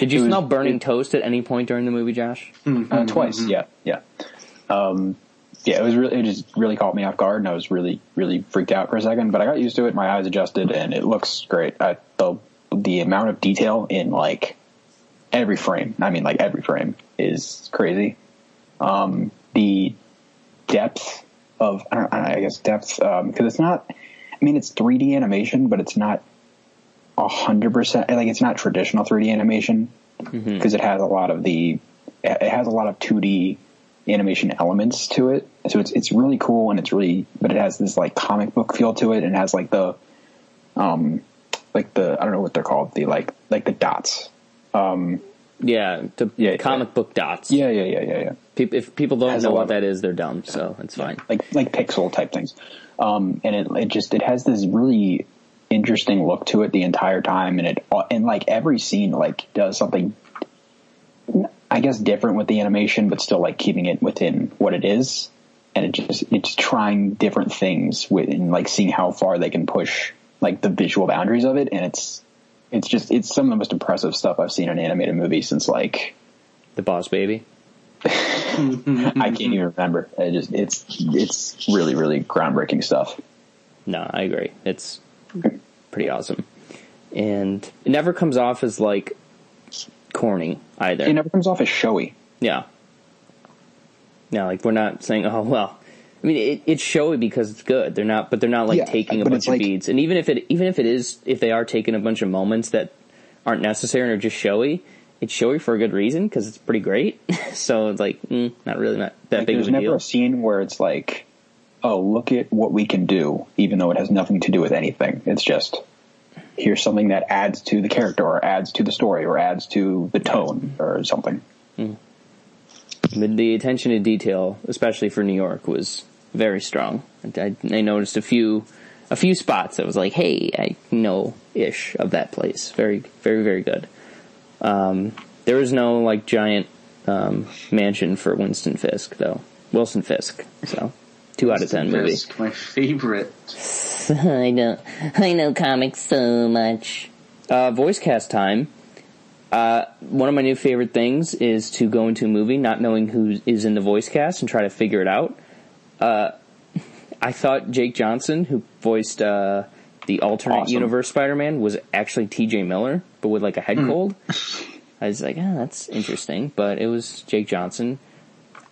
Did you was- smell burning toast at any point during the movie, Josh? Uh, twice. Mm-hmm. Yeah, yeah, um, yeah. It was really it just really caught me off guard, and I was really really freaked out for a second. But I got used to it. My eyes adjusted, and it looks great. I, the the amount of detail in like every frame. I mean, like every frame is crazy. Um, the depth of I don't I guess depth because it's not. I mean, it's 3D animation, but it's not hundred percent like it's not traditional 3D animation because it has a lot of the it has a lot of 2D animation elements to it. So it's it's really cool and it's really but it has this like comic book feel to it and has like the um like the I don't know what they're called the like like the dots. Yeah, the Yeah, comic yeah. book dots. Yeah, yeah, yeah, yeah, yeah. Peop if people don't Has know a lot what of- that is, they're dumb. So it's fine. like like pixel type things. Um, and it, it just it has this really interesting look to it the entire time, and it and like every scene like does something, I guess, different with the animation, but still like keeping it within what it is. And it just it's trying different things with and like seeing how far they can push like the visual boundaries of it, and it's it's just it's some of the most impressive stuff I've seen in an animated movie since like The boss baby. I can't even remember. It just it's it's really really groundbreaking stuff. No, I agree. It's pretty awesome, and it never comes off as like corny either. it never comes off as showy. yeah. No, like we're not saying, oh well. I mean, it, it's showy because it's good. They're not, but they're not like Yeah, taking a but bunch it's of like- beats. And even if it, even if it is, if they are taking a bunch of moments that aren't necessary and are just showy, it's showy for a good reason because it's pretty great. so it's like mm, not really not that Like, big of there's a never deal. a scene where it's like, "Oh, look at what we can do," even though it has nothing to do with anything. It's just here's something that adds to the character, or adds to the story, or adds to the tone, or something. But the attention to detail, especially for New York, was very strong. I, I noticed a few a few spots that was like, hey, I know ish of that place. Very, very, very good. Um, there was no like giant um, mansion for Winston Fisk though. Wilson Fisk. So two out of ten movie. Fisk, my favorite. I know, I know comics so much. Uh, voice cast time. Uh, one of my new favorite things is to go into a movie not knowing who is in the voice cast and try to figure it out. Uh, I thought Jake Johnson, who voiced uh, the alternate Awesome. universe Spider-Man, was actually T.J. Miller, but with like a head cold. I was like, oh, that's interesting, but it was Jake Johnson.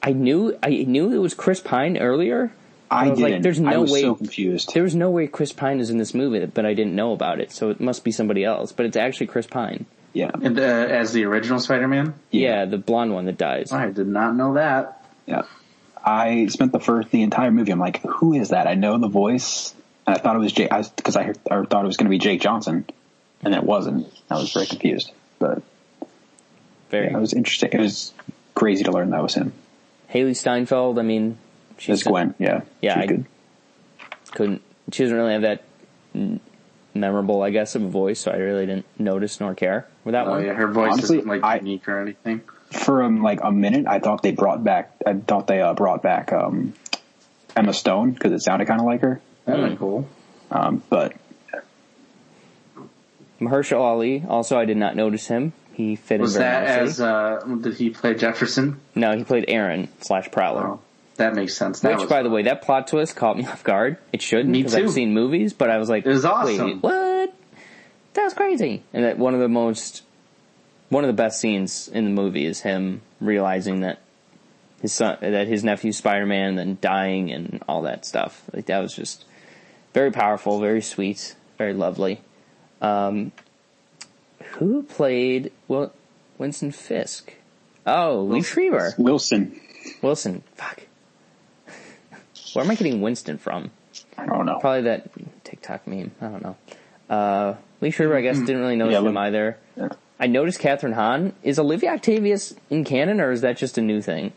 I knew, I knew it was Chris Pine earlier. I, I was didn't. like, there's no I was way- so confused. There was no way Chris Pine is in this movie, but I didn't know about it, so it must be somebody else. But it's actually Chris Pine. yeah, And, uh, as the original Spider-Man, Yeah, the blonde one that dies. I did not know that. yeah. I spent the first the entire movie. I'm like, who is that? I know the voice. And I thought it was Jake because I, heard- I thought it was going to be Jake Johnson, and it wasn't. I was very confused, but Very. yeah, it was interesting. It was crazy to learn that was him. Haley Steinfeld. I mean, she's It's Gwen. Yeah, Yeah, She's I- good. couldn't. She doesn't really have that mm, memorable, I guess, of a voice, so I really didn't notice nor care with that Oh one. yeah, her voice Honestly, isn't like I- unique or anything. for um, like a minute, I thought they brought back. I thought they uh, brought back um, Emma Stone because it sounded kind of like her. Hmm. That'd be cool. Um, but Mahershala Ali. Also, I did not notice him. He fit Was in very that nicely. as uh, did he play Jefferson? no, he played Aaron slash Prowler. Oh, that makes sense. That Which, was- by the way, that plot twist caught me off guard. It shouldn't Me because I've too. seen movies, but I was like, It was awesome. Wait, what? That was crazy. And that one of the most, one of the best scenes in the movie is him realizing that his son, that his nephew Spider Man, and then dying and all that stuff. Like that was just very powerful, very sweet, very lovely. Um, who played Wil- Winston Fisk? Oh, Lee Trevor. Wilson, Wilson. Fuck. Where am I getting Winston from? I don't know. Probably that TikTok meme. I don't know. Uh, Lee Schreiber, I guess, didn't really notice Yeah, him look- either. I noticed Catherine Hahn. Is Olivia Octavius in canon, or is that just a new thing?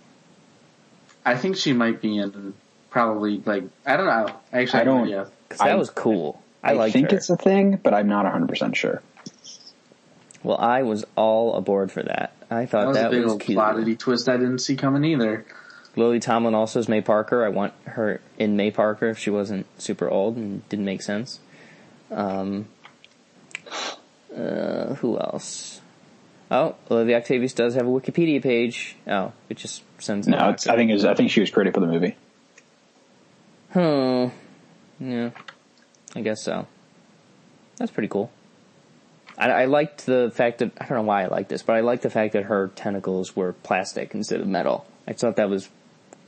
I think she might be in probably like I don't know. Actually, I don't. Yeah. Because that I- was cool. I, liked think her. it's a thing, but I'm not 100 percent sure. well, I was all aboard for that. I thought That was a that big was, old cute. plotty twist I didn't see coming either. Lily Tomlin also is May Parker. I want her in May Parker if she wasn't super old and didn't make sense. Um, uh, who else? Oh, Olivia Octavius does have a Wikipedia page. Oh, it just sends it No, back. it's, I think it was, I think she was created for the movie. Hmm. Yeah. I guess so. That's pretty cool. I, I liked the fact that I don't know why I like this, but I liked the fact that her tentacles were plastic instead of metal. I thought that was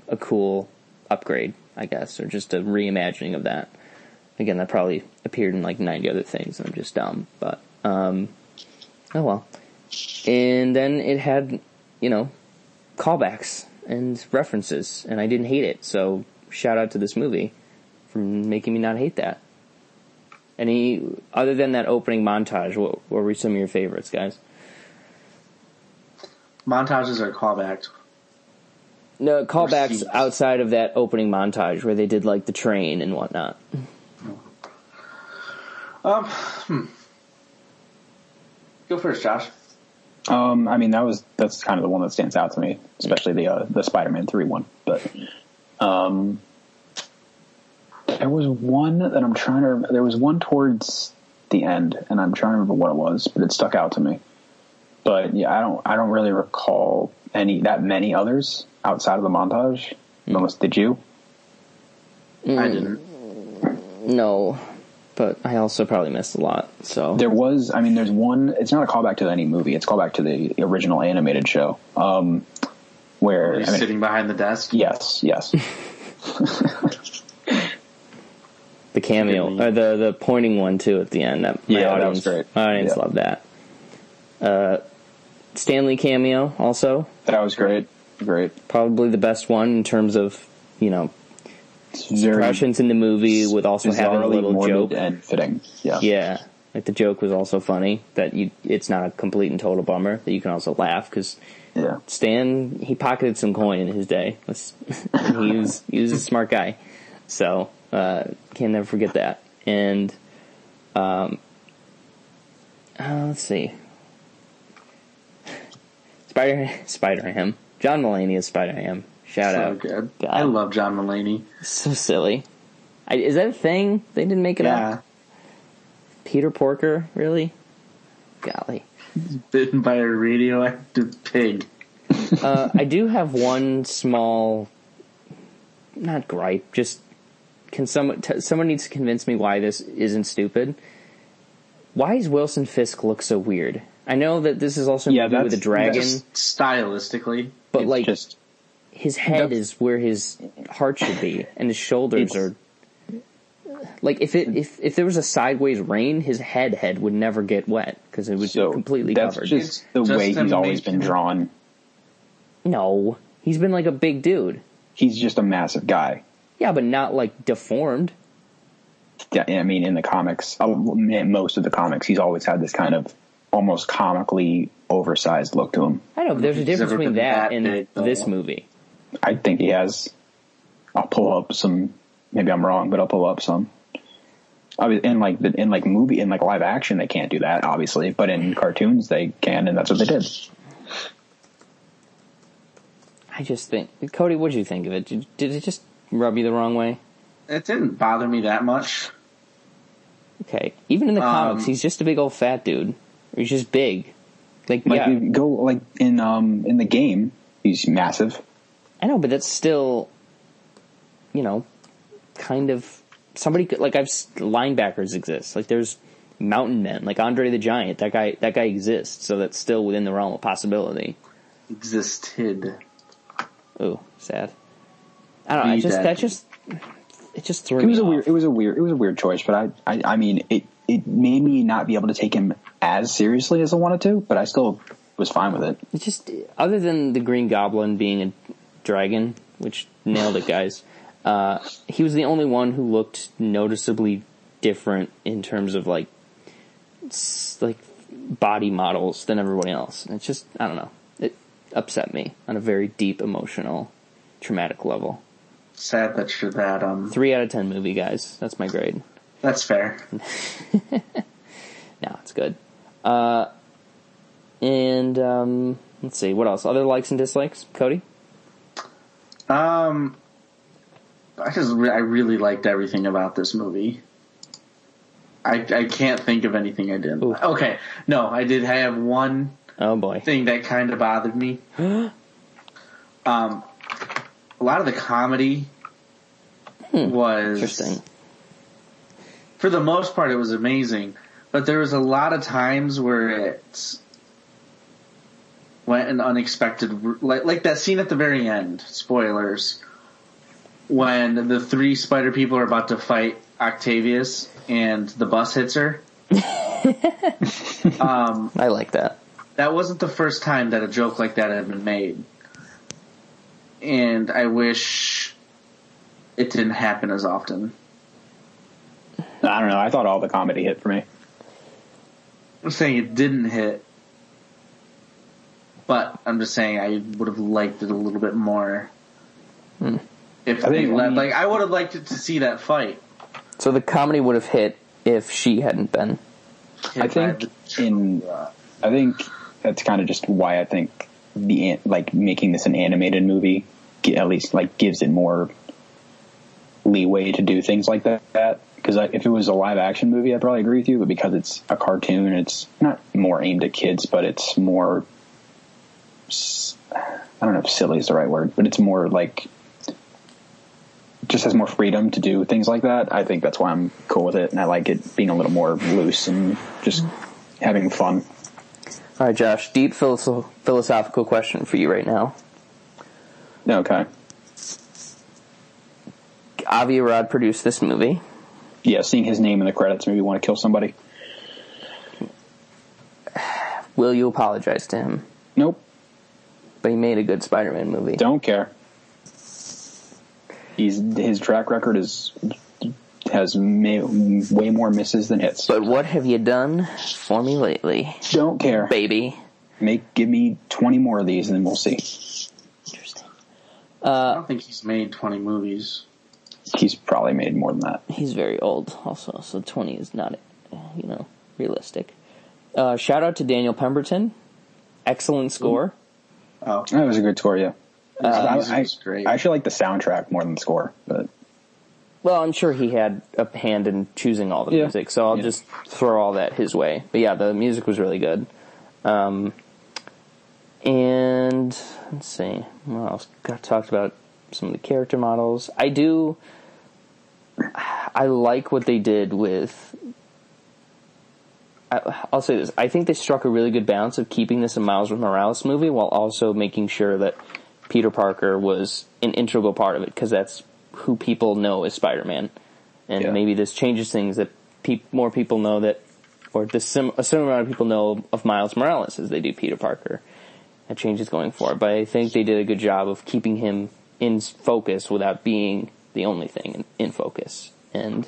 a cool upgrade, I guess, or just a reimagining of that. Again, that probably appeared in like ninety other things, and I'm just dumb. But um, oh well. And then it had, you know, callbacks and references, and I didn't hate it. So shout out to this movie for making me not hate that. Any other than that opening montage, what, what were some of your favorites, guys? Montages are callbacks. No callbacks scenes. outside of that opening montage where they did like the train and whatnot. Um, hmm. Go first, Josh. Um, I mean, that was that's kind of the one that stands out to me, especially the uh, the Spider-Man three one. But um, there was one that I'm trying to. rem- There was one towards the end, and I'm trying to remember what it was, but it stuck out to me. But yeah, I don't I don't really recall any that many others outside of the montage. Hmm. Unless did you? I didn't. No, but I also probably missed a lot. So There was, I mean, there's one. It's not a callback to any movie. It's a callback to the original animated show, um, where He's I mean, sitting behind the desk. yes, yes, the cameo or the the pointing one too at the end. That, my Yeah, that was audience, great. my audience Yeah. loved that. Uh, Stanley cameo also that was great, great. probably the best one in terms of you know It's very impressions in the movie with also having a bizarrely little morbid joke. and fitting. Yeah, Yeah, like the joke was also funny that you it's not a complete and total bummer that you can also laugh because yeah. Stan he pocketed some coin in his day. Let's- he was he was a smart guy, so uh, can never forget that. and um, uh, let's see, Spider Spider Ham, John Mulaney is Spider Ham. Shout so out, good. God. I love John Mulaney. so silly. I, is that a thing? They didn't make it Yeah, up. Peter Porker, really? Golly. bitten by a radioactive pig. Uh, I do have one small, not gripe. Just can someone t- someone needs to convince me why this isn't stupid. Why is Wilson Fisk look so weird? I know that this is also a Yeah, movie with a that's- dragon, that's- Stylistically, but It's like just his head that's- is where his heart should be, and his shoulders It's- are. Like if it if if there was a sideways rain, his head head would never get wet because it would so be completely that's covered. just the It's just way he's always been animation. drawn. no, he's been like a big dude. He's just a massive guy. Yeah, but not like deformed. Yeah, I mean, in the comics, uh, in most of the comics, he's always had this kind of almost comically oversized look to him. I know, but there's a He's difference never between been that that and big, though. this movie. I think he has. I'll pull up some. Maybe I'm wrong, but I'll pull up some. I mean, in like the, in like movie in like live action, they can't do that, obviously. But in cartoons, they can, and that's what they did. I just think, Cody, what did you think of it? Did, did it just rub you the wrong way? it didn't bother me that much. Okay, even in the Um, comics, he's just a big old fat dude. He's just big. Like, Like yeah, you go like in um in the game, he's massive. I know, but that's still, you know, kind of somebody could like I've s- linebackers exist. Like there's mountain men, like Andre the Giant. That guy, that guy exists. So that's still within the realm of possibility. Existed. Ooh, sad. I don't know. Be I just dead. that just it just threw It was me a off. weird. It was a weird. It was a weird choice, but I, I, I mean, it, it made me not be able to take him as seriously as I wanted to, but I still was fine with it. It's just other than the Green Goblin being a dragon, which nailed it, guys. Uh, he was the only one who looked noticeably different in terms of like s- like body models than everyone else. And it's just I don't know. It upset me on a very deep emotional traumatic level. Sad that you're that. Um, 3 out of 10 movie guys. That's my grade. that's fair. No, it's good. Uh, and um, let's see what else. Other likes and dislikes. Cody. Um, I just re- I really liked everything about this movie. I I can't think of anything I didn't. Ooh. Okay, no, I did have one Oh boy. thing that kind of bothered me. um, a lot of the comedy was Interesting. for the most part, it was amazing. But there was a lot of times where it went an unexpected, like like that scene at the very end. Spoilers. When the three spider people are about to fight Octavius and the bus hits her, I like that. that wasn't the first time that a joke like that had been made. And I wish it didn't happen as often. I don't know. I thought all the comedy hit for me. I'm saying it didn't hit, but I'm just saying I would have liked it a little bit more. If I they think left, we- like I would have liked it to see that fight. So the comedy would have hit if she hadn't been. I think in I think that's kind of just why I think the an- like making this an animated movie ge- at least like gives it more leeway to do things like that. Because if it was a live action movie, I probably agree with you. But because it's a cartoon, it's not more aimed at kids, but it's more s- I don't know if silly is the right word, but it's more like just has more freedom to do things like that. I think that's why I'm cool with it, and I like it being a little more loose and just having fun. All right, Josh. Deep philosoph- philosophical question for you right now. Okay. Avi Arad produced this movie. Yeah, seeing his name in the credits made me want to kill somebody. Will you apologize to him? Nope, But he made a good Spider-Man movie. don't care. He's his track record is has may, way more misses than hits. But what have you done for me lately, don't care. baby? Make give me twenty more of these, and then we'll see. Interesting. uh, I don't think he's made 20 movies. he's probably made more than that. He's very old, also, so 20 is not, you know, realistic. Uh, shout out to Daniel Pemberton. Excellent score. Oh, That was a good score, yeah. Uh, music I, was Ah, great. I actually like the soundtrack more than the score, but Well, I'm sure he had a hand in choosing all the Yeah. music, so I'll Yeah. just throw all that his way. But yeah, the music was really good. Um, and let's see, what else? Got talked about some of the character models. I do. I like what they did with. I, I'll say this: I think they struck a really good balance of keeping this a Miles Morales movie while also making sure that Peter Parker was an integral part of it because that's who people know as Spider-Man, and Yeah. maybe this changes things that peop more people know that, or the sim- a similar amount of people know of Miles Morales as they do Peter Parker. That changes going forward, but I think they did a good job of keeping him in s- focus without being the only thing in, in focus. And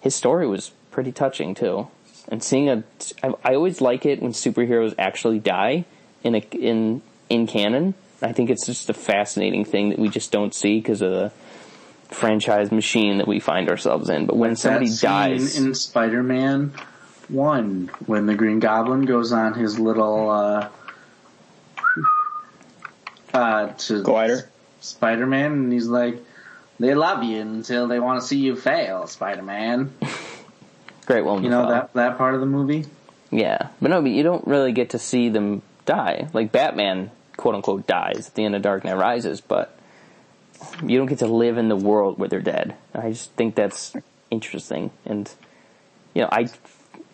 his story was pretty touching too. And seeing a, I, I always like it when superheroes actually die in a in in canon. I think it's just a fascinating thing that we just don't see because of the franchise machine that we find ourselves in. But when somebody that scene dies, in Spider-Man One when the Green Goblin goes on his little uh, uh, to Glider? Spider-Man, and he's like, "They love you until they want to see you fail, Spider-Man." great woman, You know that that part of the movie. Yeah, but no, but you don't really get to see them die. Like Batman, quote unquote, dies at the end of Dark Knight Rises, but you don't get to live in the world where they're dead. I just think that's interesting, and you know, I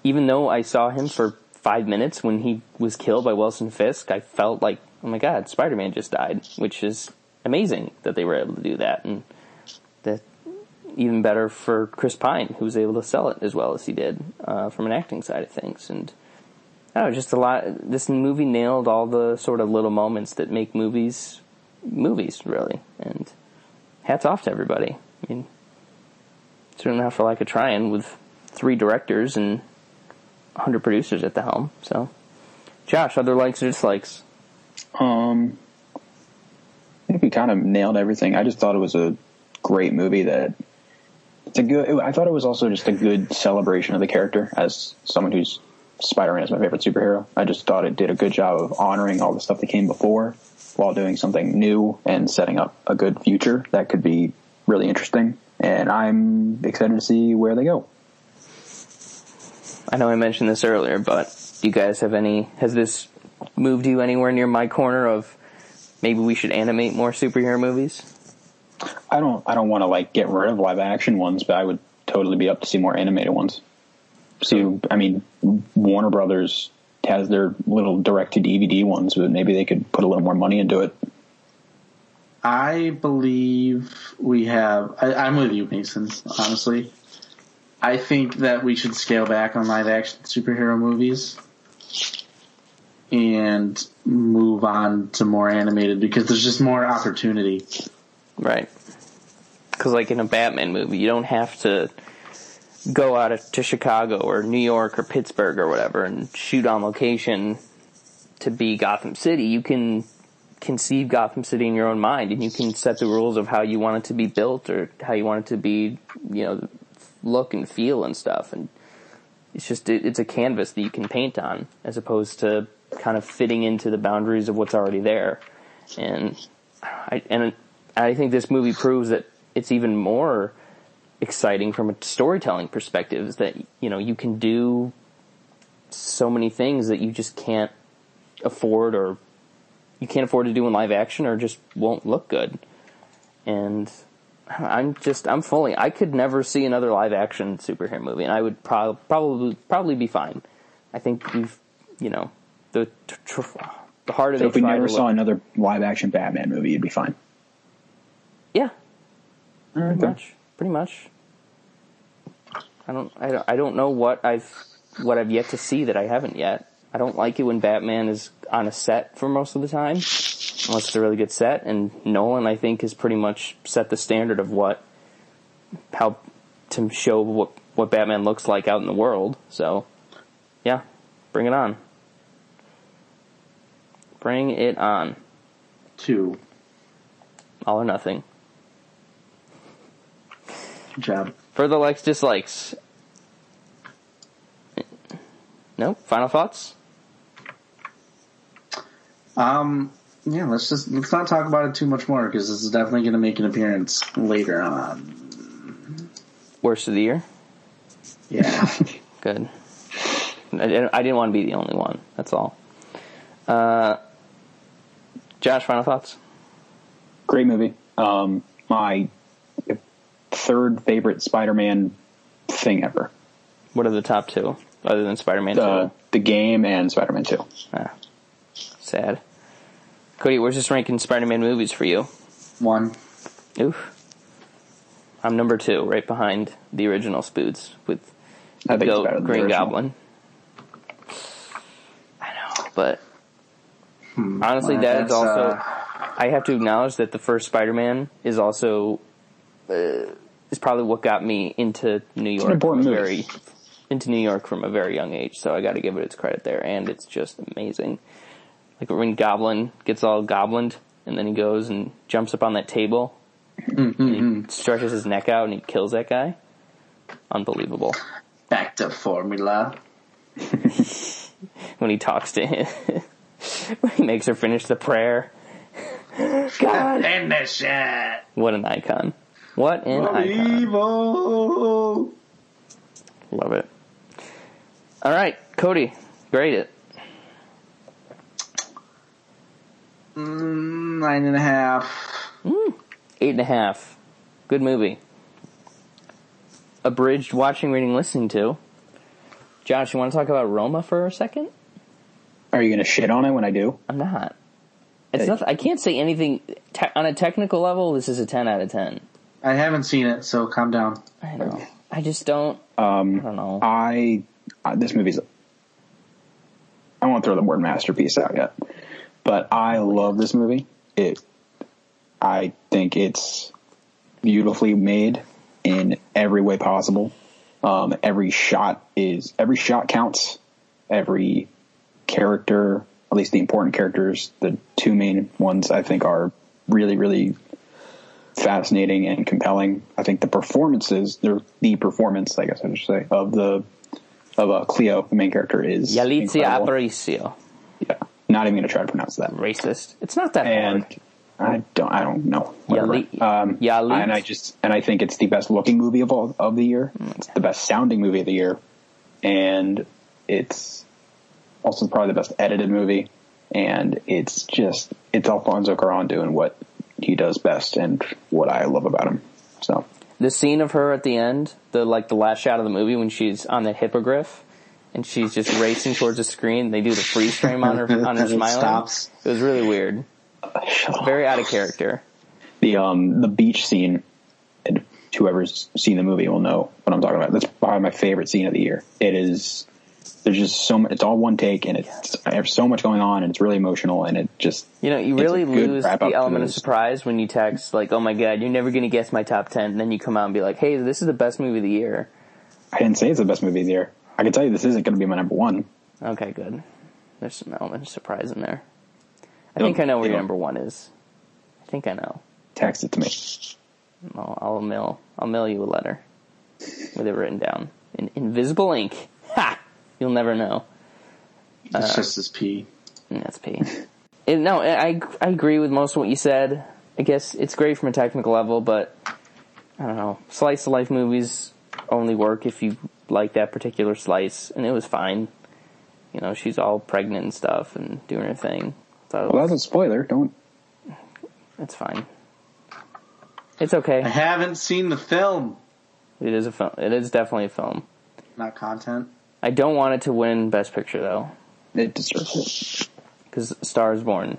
even though I saw him for five minutes when he was killed by Wilson Fisk, I felt like, oh my god, Spider Man just died, which is amazing that they were able to do that, and that even better for Chris Pine, who was able to sell it as well as he did uh, from an acting side of things. And I don't know, just a lot. This movie nailed all the sort of little moments that make movies movies, really. And hats off to everybody. I mean, certainly not for lack of trying with three directors and 100 producers at the helm. So, Josh, other likes or dislikes? Um, I think we kind of nailed everything. I just thought it was a great movie. That it's a good. I thought it was also just a good celebration of the character as someone who's Spider-Man is my favorite superhero. I just thought it did a good job of honoring all the stuff that came before while doing something new and setting up a good future that could be really interesting. And I'm excited to see where they go. I know I mentioned this earlier, but do you guys have any? Has this moved you anywhere near my corner of maybe we should animate more superhero movies? I don't I don't want to like get rid of live action ones, but I would totally be up to see more animated ones. See, I mean, Warner Brothers has their little direct to DVD ones, but maybe they could put a little more money into it. I believe we have. I, I'm with you, Mason. Honestly, I think that we should scale back on live action superhero movies and move on to more animated because there's just more opportunity. Right. Because, like in a Batman movie, you don't have to go out of- to Chicago or New York or Pittsburgh or whatever and shoot on location to be Gotham City. You can conceive Gotham City in your own mind, and you can set the rules of how you want it to be built or how you want it to be, you know, look and feel and stuff. And it's just it, it's a canvas that you can paint on, as opposed to kind of fitting into the boundaries of what's already there. And I, and I think this movie proves that it's even more exciting from a storytelling perspective is that you know you can do so many things that you just can't afford or you can't afford to do in live action or just won't look good and i'm just i'm fully i could never see another live action superhero movie and i would prob- probably probably be fine i think we've you know the tr- tr- the heart of So it if we tried never to saw look- another live action Batman movie, you'd be fine. yeah pretty Okay. much. Pretty much. I don't, I don't. I don't know what I've what I've yet to see that I haven't yet. I don't like it when Batman is on a set for most of the time, unless it's a really good set. And Nolan, I think, has pretty much set the standard of what how to show what what Batman looks like out in the world. So, yeah, bring it on. Bring it on. Two. All or nothing. jab. Further likes, dislikes. Nope. Final thoughts? Um, yeah, let's just let's not talk about it too much more because this is definitely going to make an appearance later on. Worst of the year? Yeah, Good. I didn't, I didn't want to be the only one. That's all. Uh, Josh, final thoughts? Great movie. Um, my third favorite Spider-Man thing ever. What are the top two other than Spider-Man The the game and Spider-Man Two. 2? Ah, sad. Cody, where's this rank in Spider-Man movies for you? one. Oof. I'm number two, right behind the original Spoods with I think it's Goat, better than the Green original. Goblin. I know, but honestly, Hmm, Well, that is that's, also. uh, I have to acknowledge that the first Spider-Man is also uh, is probably what got me into New York. important from a movie. very into New York from a very young age, so I got to give it its credit there, and it's just amazing. Like when Goblin gets all goblined, and then he goes and jumps up on that table, Mm-hmm, and he stretches his neck out, and he kills that guy. Unbelievable. Back to formula. when he talks to him. when he makes her finish the prayer. God, End this shit. what an icon! What an icon! Evil. Love it. All right, Cody, grade it. Mm, nine and a half. Eight and a half. Good movie. Abridged watching, reading, listening to. Josh, you want to talk about Roma for a second? Are you going to shit on it when I do? I'm not. It's Hey. not. I can't say anything te- on a technical level. This is a ten out of ten. I haven't seen it, so calm down. I know. I just don't. I don't know. Um, I uh, this movie's. I won't throw the word masterpiece out yet, but I love this movie. It, I think it's beautifully made in every way possible. Um, every shot is every shot counts. Every character, at least the important characters, the two main ones, I think are really, really fascinating and compelling. I think the performances, the, the performance, I guess I should say, of the of uh, Cleo, the main character, is Yalizia incredible. Aparicio. Yeah, not even gonna try to pronounce that. racist. It's not that And hard. I don't, I don't know. Whatever. Yali- um, Yalit? and I just, and I think it's the best looking movie of all of the year. Mm, It's the best sounding movie of the year, and it's also probably the best edited movie. And it's just, it's Alfonso Cuarón doing what he does best and what I love about him. So The scene of her at the end, the like the last shot of the movie when she's on that hippogriff and she's just racing towards the screen. They do the freeze frame on her on her It smiling. stops. It was really weird. Very out of character. the um the beach scene and whoever's seen the movie will know what I'm talking about. That's probably my favorite scene of the year. It is there's just so much it's all one take and it's there's so much going on and it's really emotional and it just You know, you It's a really good lose wrap-up the to element of this. surprise when you text like, "Oh my god, you're never going to guess my top 10." And then you come out and be like, "Hey, this is the best movie of the year." I didn't say it's the best movie of the year. I can tell you this isn't going to be my number one. Okay, good. There's some element of surprise in there. I It'll- think I know where your it'll- number 1 is. I think I know. Text it to me. I'll, I'll mail I'll mail you a letter with it written down in invisible ink. Ha! You'll never know. It's Uh, just his pee. And that's P. And no, I I agree with most of what you said. I guess it's great from a technical level, but I don't know. Slice of life movies only work if you like that particular slice, and it was fine. You know, she's all pregnant and stuff and doing her thing. So Well, that's a spoiler. Don't. it's fine. It's okay. I haven't seen the film. It is a film. It is definitely a film. Not content. I don't want it to win Best Picture though. It deserves it. because Star is Born.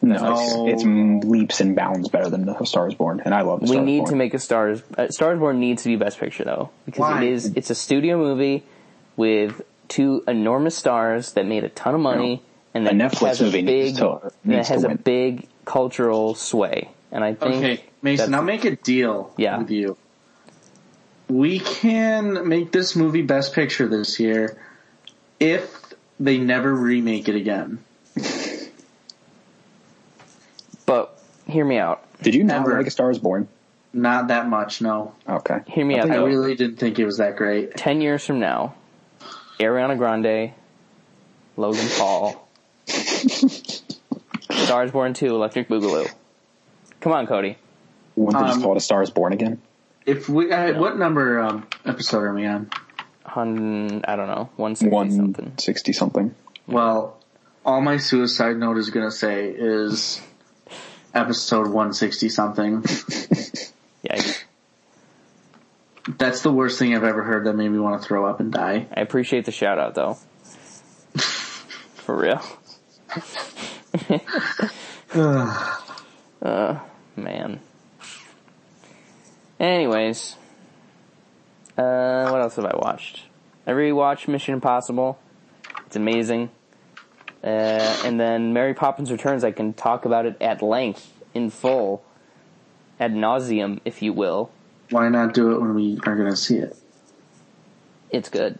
No, No. It's, it's leaps and bounds better than The Star is Born, and I love. The we Star Is need Born. to make a Star is, uh, Star is Born needs to be Best Picture though because Why? it is it's a studio movie with two enormous stars that made a ton of money and that A Netflix has a movie big needs to- uh, that needs to has a win. big cultural sway. And I think Okay, Mason, that's- I'll make a deal Yeah. with you. We can make this movie Best Picture this year if they never remake it again. but hear me out. Did you not Ever. like A Star is Born? Not that much, no. Okay. Hear me out. I though. really didn't think it was that great. Ten years from now, Ariana Grande, Logan Paul, Stars Born Two, Electric Boogaloo. Come on, Cody. Wouldn't they Um, just call it a Star is Born again? If we, I, what number um, episode are we on? Hun, I don't know, one sixty something. One sixty something. Well, all my suicide note is gonna say is episode one sixty something. Yikes. That's the worst thing I've ever heard. That made me want to throw up and die. I appreciate the shout out though. For real. uh, man. Anyways, uh, what else have I watched? I rewatched Mission Impossible. It's amazing. Uh, and then Mary Poppins Returns. I can talk about it at length, in full, ad nauseum, if you will. Why not do it when we are gonna see it? It's good.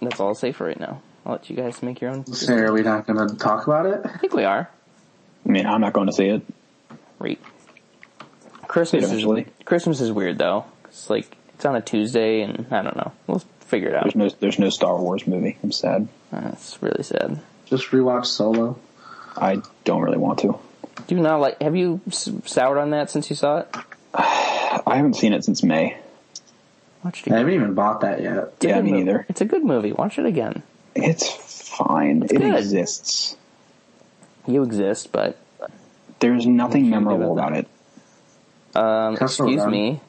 That's all I'll say for right now. I'll let you guys make your own. Say, are we not gonna talk about it? I think we are. I mean, I'm not going to see it. Great. Christmas is Eventually. Christmas is weird though. It's like it's on a Tuesday, and I don't know. We'll figure it out. There's no there's no Star Wars movie. I'm sad. That's really sad. Just rewatch Solo. I don't really want to. Do you not like? Have you s- soured on that since you saw it? I haven't seen it since May. Watch it I again. haven't even bought that yet. It's a yeah, good me movie. neither. It's a good movie. Watch it again. It's fine. it good. exists. You exist, but There's What can nothing you do memorable about about it. um, Castle excuse Run. me,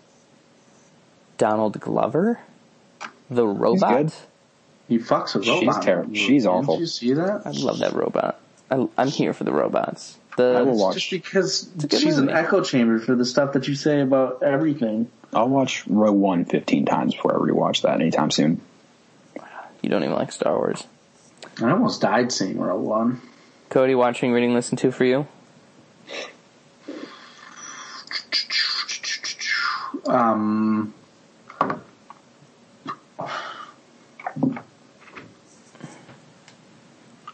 Donald Glover, the robot. good. He fucks a She's robot. terrible. She's awful. Did you see that? I love that robot. I, I'm here for the robots. The I will watch- Just because good she's an movie. echo chamber for the stuff that you say about everything. I'll watch Row One 15 times before I rewatch that anytime soon. you don't even like Star Wars. I almost died seeing Row One. Cody, watching, reading, listen to for you. Um,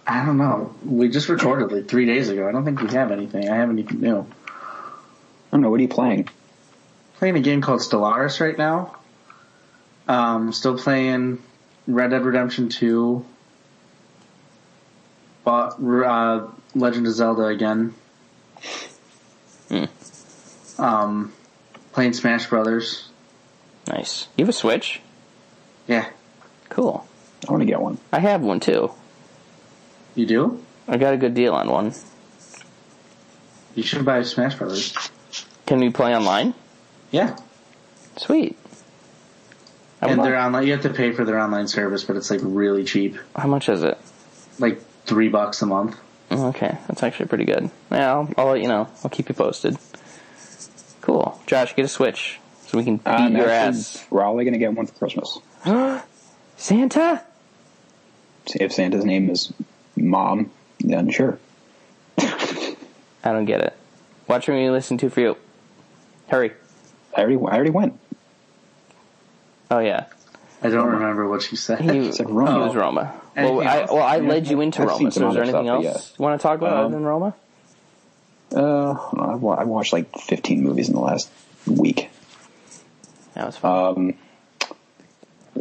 I don't know. We just recorded like three days ago. I don't think we have anything. I have anything new. I don't know. What are you playing? Playing a game called Stellaris right now. Um, still playing Red Dead Redemption Two. Bought uh, Legend of Zelda again. Um, playing Smash Brothers. Nice. You have a Switch? Yeah, Cool. I want to get one. I have one too. you do. I got a good deal on one. You should buy Smash Brothers. Can we play online? Yeah. Sweet. I and would- they're online. You have to pay for their online service, but it's like really cheap, How much is it? like three bucks a month. Okay, that's actually pretty good. Yeah, I'll, I'll let you know. I'll keep you posted. Cool. Josh, get a Switch so we can beat I'm your actually ass. probably going to get one for Christmas. Santa? If Santa's name is Mom, then sure. I don't get it. Watch me listen to for you. Hurry. I already, I already went. Oh yeah. I Uh-huh. don't remember what she said. He, he It's like Roma. was Oh, Roma. Anything Well, I, else? well, I Mm. Yeah, led you into I've Roma. seen some So is there other anything stuff, else but you want to talk about Um, other than Roma? Uh, I wa- I watched like 15 movies in the last week. That was fun.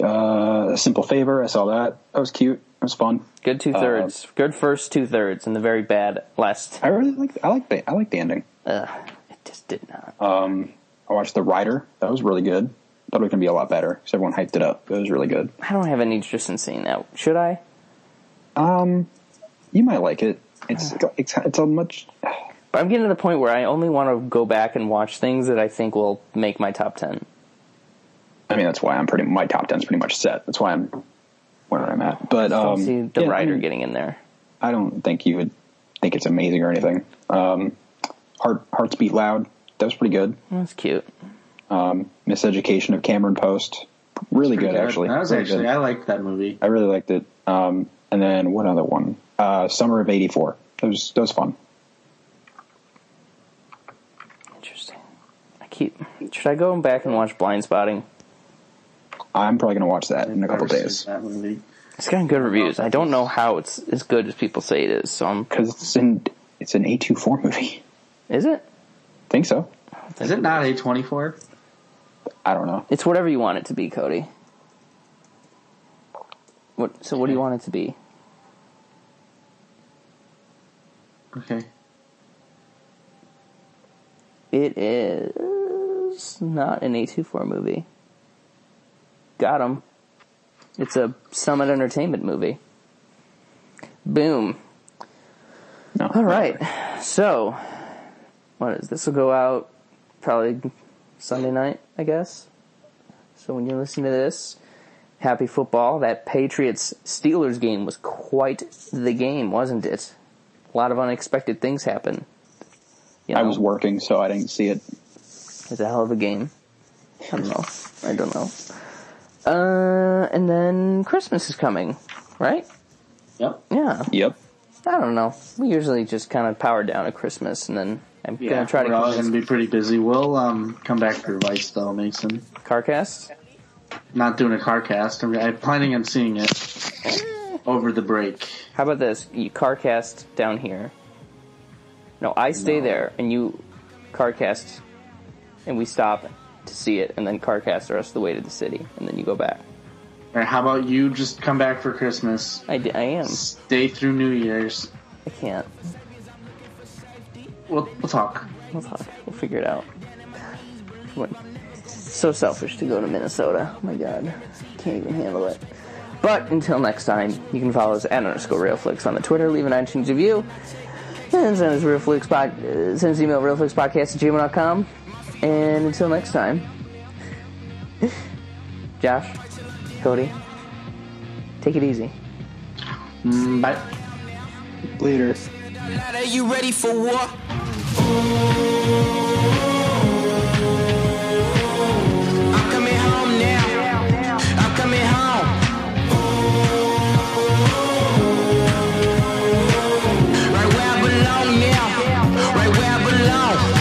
Uh, a Simple Favor, I saw that. That was cute. It was fun. Good two thirds. uh, good first two thirds, and the very bad last. I really like. I like the. I like the ending. Ugh, it just did not. Uh, I watched The Rider. That was really good. Thought it was gonna be a lot better because everyone hyped it up. It was really good. I don't have any interest in seeing that. Should I? You might like it. It's it's it's a much. But I'm getting to the point where I only want to go back and watch things that I think will make my top ten. I mean, that's why I'm pretty. My top ten's pretty much set. That's why I'm where I'm at. But I um, don't see the yeah, I writer mean, getting in there. I don't think you would think it's amazing or anything. Um, Heart Hearts Beat Loud. That was pretty good. Hmm. Um, That's cute. Miseducation of Cameron Post. Really good, Pretty good. actually. That was Really actually good. I liked that movie. I really liked it. Um, and then what other one? Uh, Summer of '84. That was that was fun. Interesting. I keep. Should I go back and watch Blind Spotting? I'm probably gonna watch that in a couple Never seen days That movie. It's gotten good reviews. I don't know how it's as good as people say it is. So I'm. because it's in it's an A24 movie. Is it? Think so? Oh don't Is think it not A24? I don't know. It's whatever you want it to be, Cody. What? So what do you want it to be? Okay. It is not an A24 movie. Got him. It's a Summit Entertainment movie. Boom. No. All right. So, what is this? Will go out probably Sunday night, I guess. So when you listen to this, happy football. That Patriots Steelers game was quite the game, wasn't it? A lot of unexpected things happened. You I know? was working, so I didn't see it. It's a hell of a game. I don't know. I don't know. Uh, and then Christmas is coming, right? Yep. Yeah. Yep. I don't know. We usually just kind of power down at Christmas, and then I'm Yeah, gonna try to we're all convince going to be pretty busy. We'll um, come back for advice, though, Mason. Carcast. Not doing a car cast. I'm, I'm planning on seeing it over the break. How about this? You Carcast down here. No, I stay No. there, and you Carcast, and we stop to see it, and then Carcast the rest of the way to the city, and then you go back. All right, how about you just come back for Christmas? I, d- I am. Stay through New Year's. I can't. We'll, we'll talk. We'll talk. We'll figure it out. What- So selfish to go to Minnesota. Oh my god. Can't even handle it. But until next time, you can follow us at underscore RealFlix on the Twitter, leave an iTunes review, and send us RealFlix pod, uh, send us email RealFlixPodcast at gmail.com. And until next time, Josh, Cody, take it easy. Mm, Bye. Later. Are you ready for war? I'm coming home now. I'm coming home. Right where I belong now. Right where I belong.